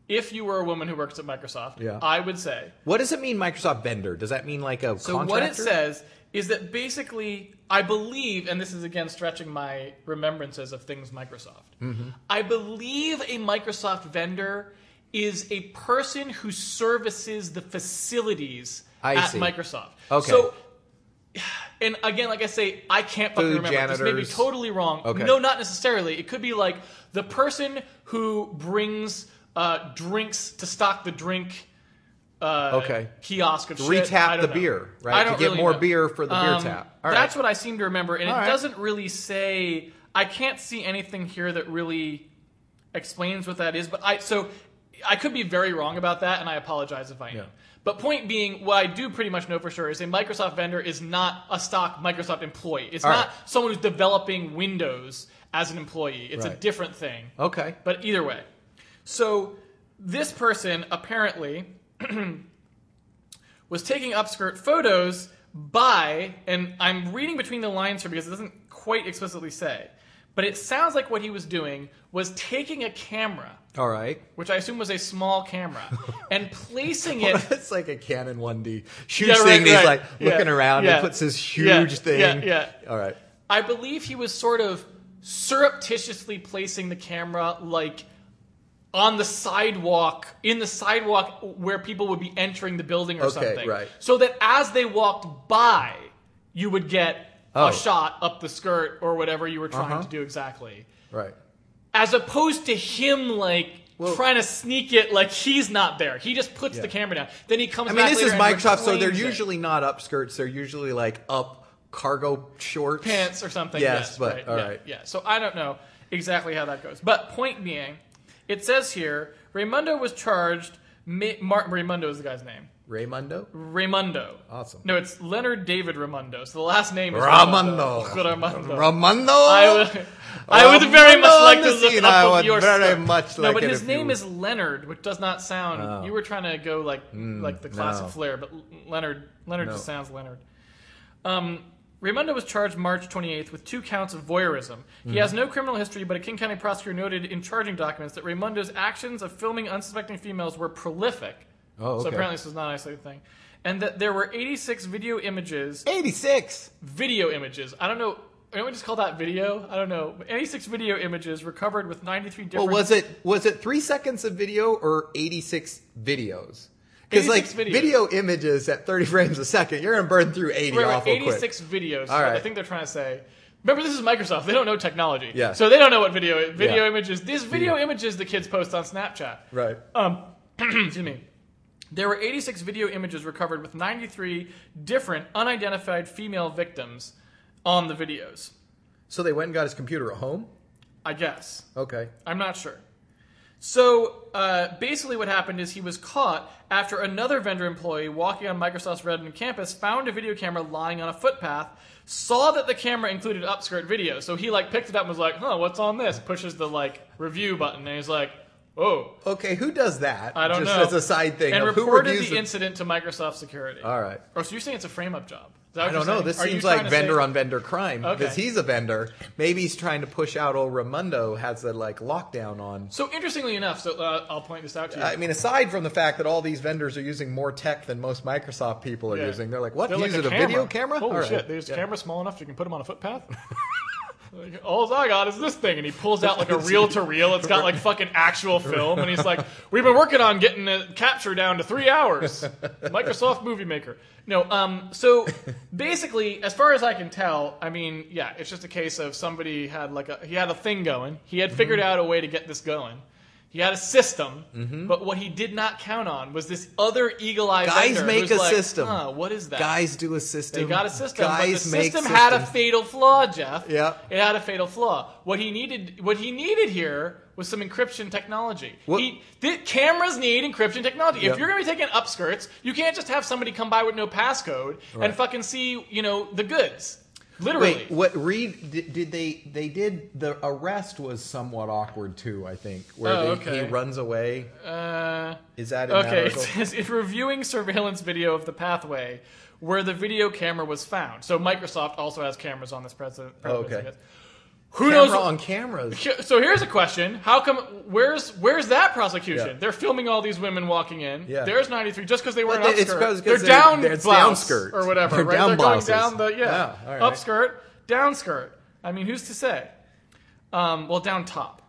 if you were a woman who works at Microsoft, Yeah. I would say. What does it mean, Microsoft vendor? Does that mean like a So contractor? what it says is that basically, I believe, and this is again stretching my remembrances of things Microsoft. Mm-hmm. I believe a Microsoft vendor is a person who services the facilities I at see. Microsoft. Okay. So, and again, like I say, I can't fucking Food remember. This may be janitors. totally wrong. Okay. No, not necessarily. It could be like the person who brings uh, drinks to stock the drink. Uh, Okay. Kiosk of shit. I Retap the don't know. beer, I right? don't To get really more know. beer for the Um, beer tap. All right. That's what I seem to remember, and it All right. doesn't really say. I can't see anything here that really explains what that is. But I so I could be very wrong about that, and I apologize if I am. Yeah. But point being, what I do pretty much know for sure is a Microsoft vendor is not a stock Microsoft employee. It's All not right. someone who's developing Windows as an employee. It's a Right. different thing. okay. But either way, so this person apparently (clears throat) was taking upskirt photos by, and I'm reading between the lines here because it doesn't quite explicitly say, but it sounds like what he was doing was taking a camera, All right. which I assume was a small camera, and placing it. (laughs) it's like a Canon 1D. Huge Yeah, right, thing. and He's right. like Yeah, looking around. yeah, He puts this huge yeah, thing. yeah, yeah. All right. I believe he was sort of surreptitiously placing the camera like on the sidewalk in the sidewalk where people would be entering the building or Okay, something right. so that as they walked by you would get Oh. a shot up the skirt or whatever you were trying Uh-huh. to do exactly Right. as opposed to him like Well- trying to sneak it like he's not there he just puts the camera down then he comes I mean, back this later is and Microsoft, so they're reclaims it. usually not upskirts. They're usually like up cargo shorts. pants or something. Yes, Yes, but- right, all yeah, right. yeah. So I don't know exactly how that goes. But point being, it says here Raimundo was charged. Ma- Martin Raimundo is the guy's name. Raymundo? Raimundo. Awesome. No, it's Leonard David Raimundo. So the last name is Ramondo. Raimundo. Ramondo? I would, I Oh, would very much Ramondo like to on the look scene, up I of would your very stuff. much No, like but it his if name you- Oh. is Leonard, which does not sound. You were trying to go like like the classic Hmm, no. flair, but L- Leonard Leonard just No. sounds Leonard. Um, Raimondo was charged March 28th with two counts of voyeurism. Hmm. He has no criminal history, but a King County prosecutor noted in charging documents that Raimondo's actions of filming unsuspecting females were prolific. Oh, So okay. apparently this was not an isolated thing. And that there were 86 video images 86. video images. I don't know. Why don't we just call that video? I don't know. 86 video images recovered with 93 different. Well, was it was it three seconds of video or eighty six videos? Because like 86 videos. video images at thirty frames a second, you're gonna burn through eighty Wait, wait, awful quick. 86 videos. is All what I right. think they're trying to say. Remember, this is Microsoft. They don't know technology. Yeah. So they don't know what video video Yeah. images. These video images the kids post on Snapchat. Right. Um, (clears throat) excuse me. There were 86 video images recovered with 93 different unidentified female victims on the videos. So they went and got his computer at home. I guess. Okay. I'm not sure. So uh, basically, what happened is he was caught after another vendor employee walking on Microsoft's Redmond campus found a video camera lying on a footpath, saw that the camera included upskirt video. So he like picked it up and was like, "Huh, what's on this?" Pushes the like review button and he's like, "Oh, Okay. Who does that? I don't Just know." as a side thing. and of who reported reviews the incident to Microsoft security. All right. Oh, so you're saying it's a frame-up job? Is that what I you're don't know. saying? This Are you seems trying like to vendor say- on vendor crime because Okay. he's a vendor. Maybe he's trying to push out old Ramundo has a like lockdown on. So interestingly enough, so uh, I'll point this out to you. I mean, aside from the fact that all these vendors are using more tech than most Microsoft people are Yeah. using, they're like, "What? They're Use like it a video camera? Holy All right. shit! There's Yeah. a camera small enough you can put them on a footpath. (laughs) Like, All I got is this thing, and he pulls out like a reel to reel. It's got like fucking (laughs) actual film, and he's like, "We've been working on getting the capture down to three hours." Microsoft Movie Maker. No, um, so basically, as far as I can tell, I mean, yeah, it's just a case of somebody had like a he had a thing going. He had figured Mm-hmm. out a way to get this going. He had a system, but what he did not count on was this other eagle-eyed Guys vendor make who's a like, system. "Huh, what is that? Guys do a system. They got a system, Guys but the make system had a systems. fatal flaw, Jeff. Yeah. it had a fatal flaw. What he needed, what he needed here was some encryption technology. What- He, the, cameras need encryption technology. If Yep. you're going to be taking upskirts, you can't just have somebody come by with no passcode and Right. fucking see, you know, the goods. Literally. Wait, what? Reed did, did they? They did the arrest was somewhat awkward too. I think where Oh, they, okay. he runs away. Uh, Is that in Okay, okay? it says in reviewing surveillance video of the pathway where the video camera was found. So Microsoft also has cameras on this president. Oh, okay. president, I guess. (laughs) Who camera knows? on cameras? (laughs) So here's a question: How come? Where's where's that prosecution? Yeah. They're filming all these women walking in. Yeah. There's 93 just because they were But an they- it's upskirt. because They're they're- down they're- it's blouse downskirt. or whatever. They're right? down they're going blouses. down the yeah Yeah, all right. upskirt, downskirt. I mean, who's to say? Um, well, down top.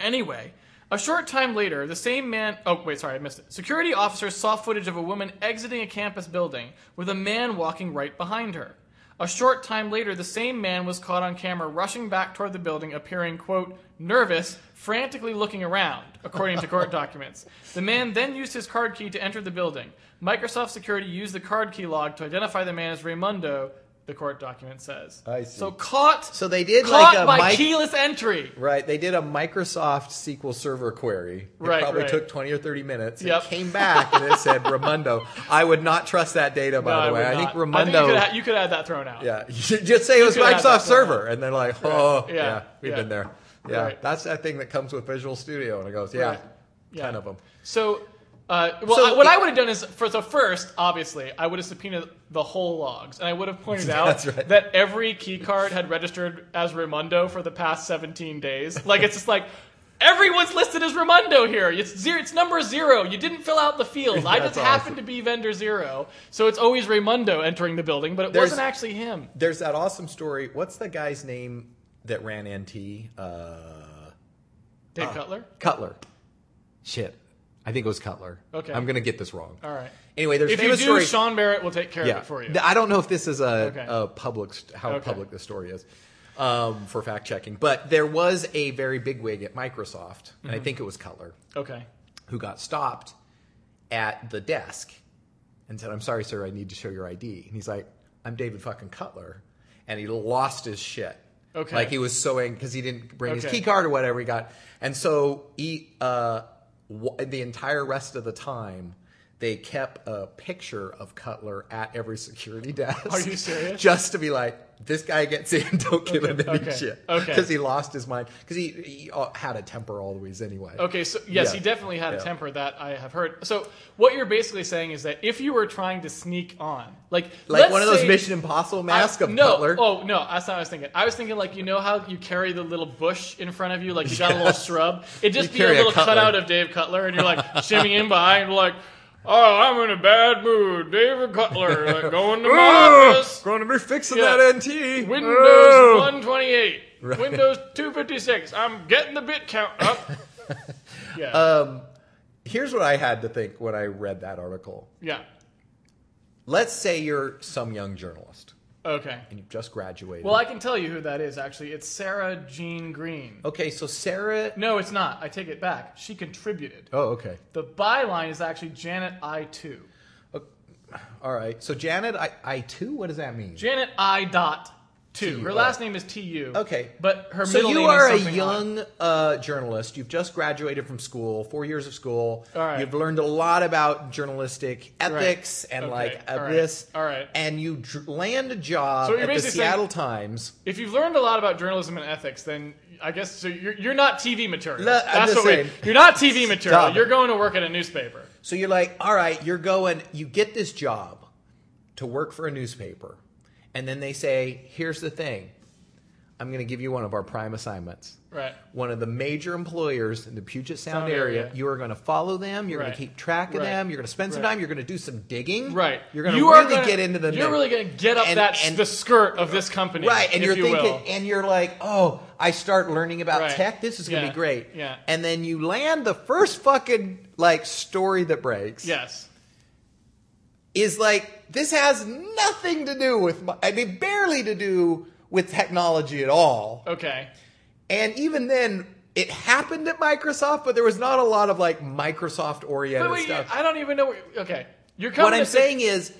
Anyway, a short time later, the same man. Oh, wait, sorry, I missed it. Security officers saw footage of a woman exiting a campus building with a man walking right behind her. A short time later, the same man was caught on camera rushing back toward the building, appearing, quote, nervous, frantically looking around, according (laughs) to court documents. The man then used his card key to enter the building. Microsoft Security used the card key log to identify the man as Raimundo, the court document says. I see. So caught, So they did caught like a by mic- keyless entry. Right, they did a Microsoft SQL Server query. It Right, probably right. took twenty or thirty minutes. Yep. It came back and it (laughs) said Ramundo. I would not trust that data. By No, the way, would I think not. Ramundo. you, could have, you could have that thrown out. Yeah, (laughs) you just say it was could add that Microsoft to Server, and they're like, oh, Yeah, yeah, we've yeah. been there. Yeah, Right. that's that thing that comes with Visual Studio, and it goes, yeah, Right. Yeah. ten of them. So, uh, well, So I- what it- I would have done is for the first, obviously, I would have subpoenaed the whole logs, and I would have (laughs) pointed out That's right. that every key card had registered as Raimundo for the past 17 days. Like it's just like. Everyone's listed as Raimondo here. It's zero. It's number zero. You didn't fill out (laughs) the field. I just That's awesome. happened to be vendor zero, so it's always Raimondo entering the building, but it There's- wasn't actually him. There's that awesome story. What's the guy's name that ran NT? Uh, Dave Cutler. Cutler. Shit, I think it was Cutler. Okay. I'm gonna get this wrong. All right. Anyway, there's If you do, famous story. Sean Barrett will take care yeah, of it for you. Th- I don't know if this is a, Okay. a public st- how Okay. public the story is um, for fact checking, but there was a very big wig at Microsoft, and Mm-hmm. I think it was Cutler. okay. who got stopped at the desk and said, I'm sorry, sir, I need to show your ID. And he's like, I'm David fucking Cutler. And he lost his shit. Okay. Like he was so angry because he didn't bring his Okay. key card or whatever he got. And so he, uh, w- the entire rest of the time, they kept a picture of Cutler at every security (laughs) desk. Are you (laughs) serious? Just to be like, this guy gets in, (laughs) don't give him any okay, shit. okay. Because he lost his mind. Because he, he uh, had a temper always anyway. Okay, so yes, Yeah. he definitely had a Yeah. temper that I have heard. So what you're basically saying is that if you were trying to sneak on, like Like let's one of those say- Mission Impossible mask I- of no, Cutler. Oh no, that's not what I was thinking. I was thinking like you know how you carry the little bush in front of you, like (laughs) you got a little shrub. It just You be a carry a little Cutler. cutout of Dave Cutler, and you're like shimmying in behind, like, oh, I'm in a bad mood, David Cutler, (laughs) like, going to my office. going to be fixing Yeah. that NT. Windows Oh. 128, Right. Windows 256. I'm getting the bit count (laughs) up. yeah, Uh, Here's what I had to think when I read that article. yeah, Let's say you're some young journalist okay. and you've just graduated. Well, I can tell you who that is, actually. It's Sarah Jean Green. okay, so Sarah. No, it's not. I take it back. She contributed. Oh, okay. The byline is actually Janet I2. All right. So Janet, I, I too. What does that mean? Janet I dot 2. Her oh. last name is TU. Okay. But her so middle you name are is a something odd. young uh, journalist. You've just graduated from school, four years of school. All right. You've learned a lot about journalistic ethics and Okay. like All right. this. All right. And you dr- land a job So you're at the basically saying- Seattle Times. If you've learned a lot about journalism and ethics, then I guess so you're, you're not TV material. No, I'm That's just what we, saying. You're not TV material. Stop it. You're going to work at a newspaper. So you're like, all right, you're going, you get this job to work for a newspaper. And then they say, here's the thing I'm going to give you one of our prime assignments. Right. One of the major employers in the Puget Sound, Sound area, area. you are going to follow them. You're Right. going to keep track of Right. them. You're going to spend some Right. time. You're going to do some digging. Right. You're going to You are really gonna- get into the. You're nit- really going to get up And- that and- the skirt of this company. Right, and if you're you thinking, will. and you're like, oh, I start learning about Right. tech. This is Yeah. gonna be great. Yeah. And then you land the first fucking like story that breaks. Yes. Is like this has nothing to do with my. I mean, barely to do with technology at all. Okay. And even then, it happened at Microsoft, but there was not a lot of like Microsoft But oriented wait, stuff. I don't even know. What, okay, you're coming. what I'm at the- saying is,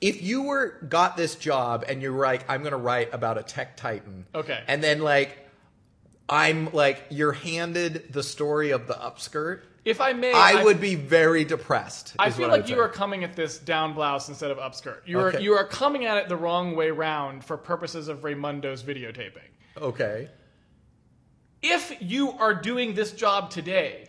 if you were got this job and you're like, I'm gonna write about a tech titan, Okay. and then like, I'm like, you're handed the story of the upskirt, if I may, I, would be very depressed. I is feel what like would you say. are coming at this down blouse instead of upskirt. You are Okay. you are coming at it the wrong way round for purposes of Raimundo's videotaping. okay. If you are doing this job today,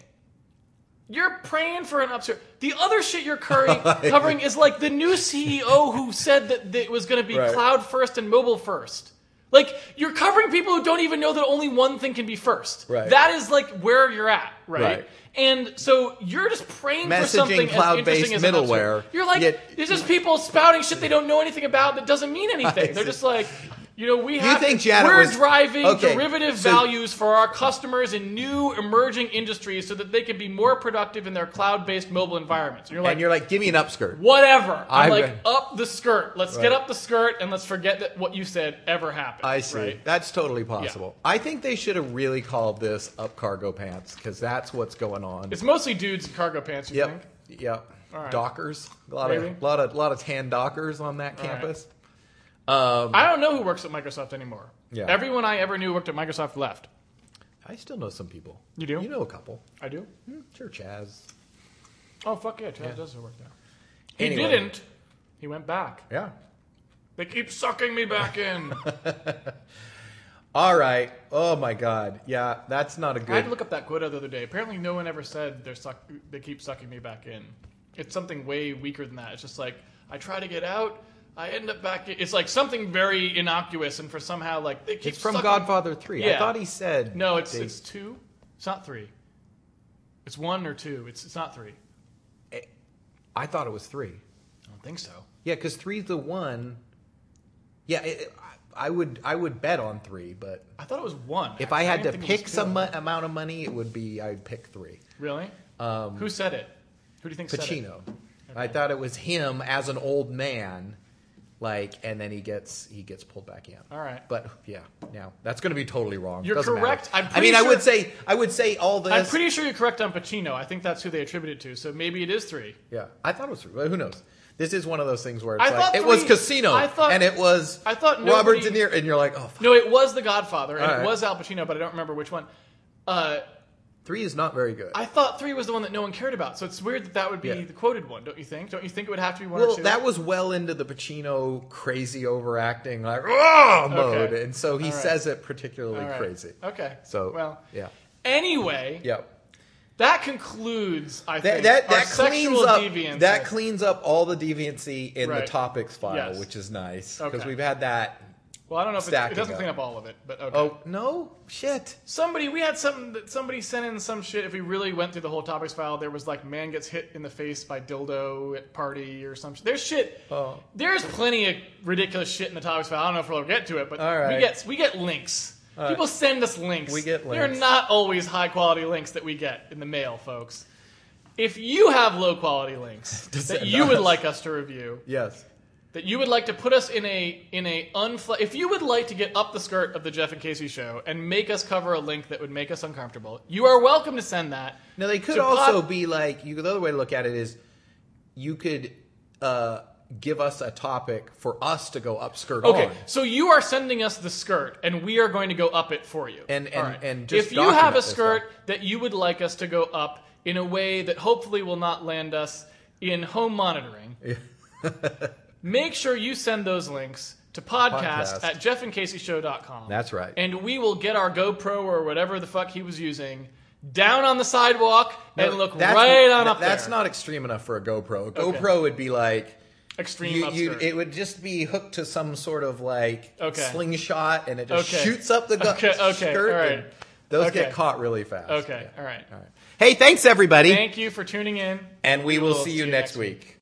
you're praying for an upskirt. The other shit (laughs) you're curry, covering is like the new CEO who E said that, that it was going to be Right. cloud first and mobile first. Like you're covering people who don't even know that only one thing can be first. Right. That is like where you're at, right? Right. And so you're just praying for Messaging something as cloud-based interesting as an upswing. middleware, You're like, yet- it's just people spouting shit they don't know anything about that doesn't mean (laughs) anything. Right. They're just like, you know, we you have think Janet we're was- driving Okay, derivative so- values for our customers in new emerging industries so that they can be more productive in their cloud-based mobile environments. And you're like, and you're like, give me an upskirt. whatever. I'm, I'm like gonna- up the skirt. Let's get Right. up the skirt and let's forget that what you said ever happened. I see. Right? That's totally possible. I think they should have really called this up cargo pants because that's what's going on. It's mostly dudes in cargo pants. You think? Yep. Yep. right. Dockers. A lot Maybe. of lot of lot of tan dockers on that right. campus. Um, I don't know who works at Microsoft anymore. Yeah. Everyone I ever knew worked at Microsoft left. I still know some people. You do? You know a couple. I do. Hmm, Sure, Chaz. Oh fuck yeah, Chaz does work there. He Anyway. didn't. He went back. Yeah. They keep sucking me (laughs) back in. All right. Oh my God. Yeah, that's not a I had to good. look up that quota the other day. Apparently, no one ever said they're suck- they keep sucking me back in. It's something way weaker than that. It's just like I try to get out, I end up back. In- it's like something very innocuous, and for somehow like they keep. It's from sucking- Godfather Three. Yeah. I thought he said No, it's they- it's two. It's not three. It's one or two. It's it's not three. I thought it was three. I don't think so. Yeah, because three's the one. Yeah, it, it- I would I would bet on three, but I thought it was one. if I had actually. to didn't think it was pick two. some mo- amount of money, it would be I'd pick three. really, Um, who said it? Who do you think said it? Pacino. I thought it was him as an old man, like, and then he gets he gets pulled back in. All right. But yeah, now that's going to be totally wrong. You're Doesn't correct. matter. I'm I mean, pretty I would sure- say I would say all this. I'm pretty sure you're correct on Pacino. I think that's who they attributed to. So maybe it is three. Yeah, I thought it was. Well, who knows? This is one of those things where it's I like, thought it was three- Casino, I thought- and it was I thought Robert nobody- De Niro, and you're like, oh, fuck. No, it was The Godfather, and All it right. was Al Pacino, but I don't remember which one. Uh, three is not very good. I thought three was the one that no one cared about, so it's weird that that would be Yeah. the quoted one, don't you think? Don't you think it would have to be one or well, two? that was well into the Pacino crazy overacting, like, oh, mode, Okay. and so he All right. says it particularly All right. crazy. Okay. So, well, yeah, anyway, yeah. that concludes. I That think that, our that cleans sexual up deviance. that cleans up all the deviancy in Right. the topics file, Yes. which is nice because Okay. we've had that. well, I don't know if it's, it stacking doesn't up. clean up all of it, but okay. Oh no, shit. Somebody, we had something that somebody sent in some shit. If we really went through the whole topics file, there was like man gets hit in the face by dildo at party or some shit. There's shit. Oh. There's plenty of ridiculous shit in the topics file. I don't know if we'll get to it, but All right. we get we get links. right. People send us links. We get They're links. not always high quality links that we get in the mail, folks. If you have low (laughs) quality links Just that send you would us. like us to review, Yes. that you would like to put us in a in a unfla- if you would like to get up the skirt of the Jeff and Casey show and make us cover a link that would make us uncomfortable, you are welcome to send that. Now they could To pod- also be like you. The other way to look at it is, you could uh, give us a topic for us to go upskirt Okay, on. so you are sending us the skirt, and we are going to go up it for you. And- All and- and just if you have document a this skirt that you would like us to go up in a way that hopefully will not land us in home (laughs) monitoring, make sure you send those links to podcast, Podcast. at jeffandcaseyshow.com. That's right. And we will get our GoPro or whatever the fuck he was using down on the sidewalk and look right on up That's there. not extreme enough for a GoPro. A GoPro would be like. extreme. You, you, upskirt. it would just be hooked to some sort of like Okay. slingshot, and it just Okay. shoots up the gu- Okay, okay, skirt. all right. and Those Okay. get caught really fast. okay, Yeah. all right. All right. Hey, thanks everybody, Thank you for tuning in. and we, will see you next week.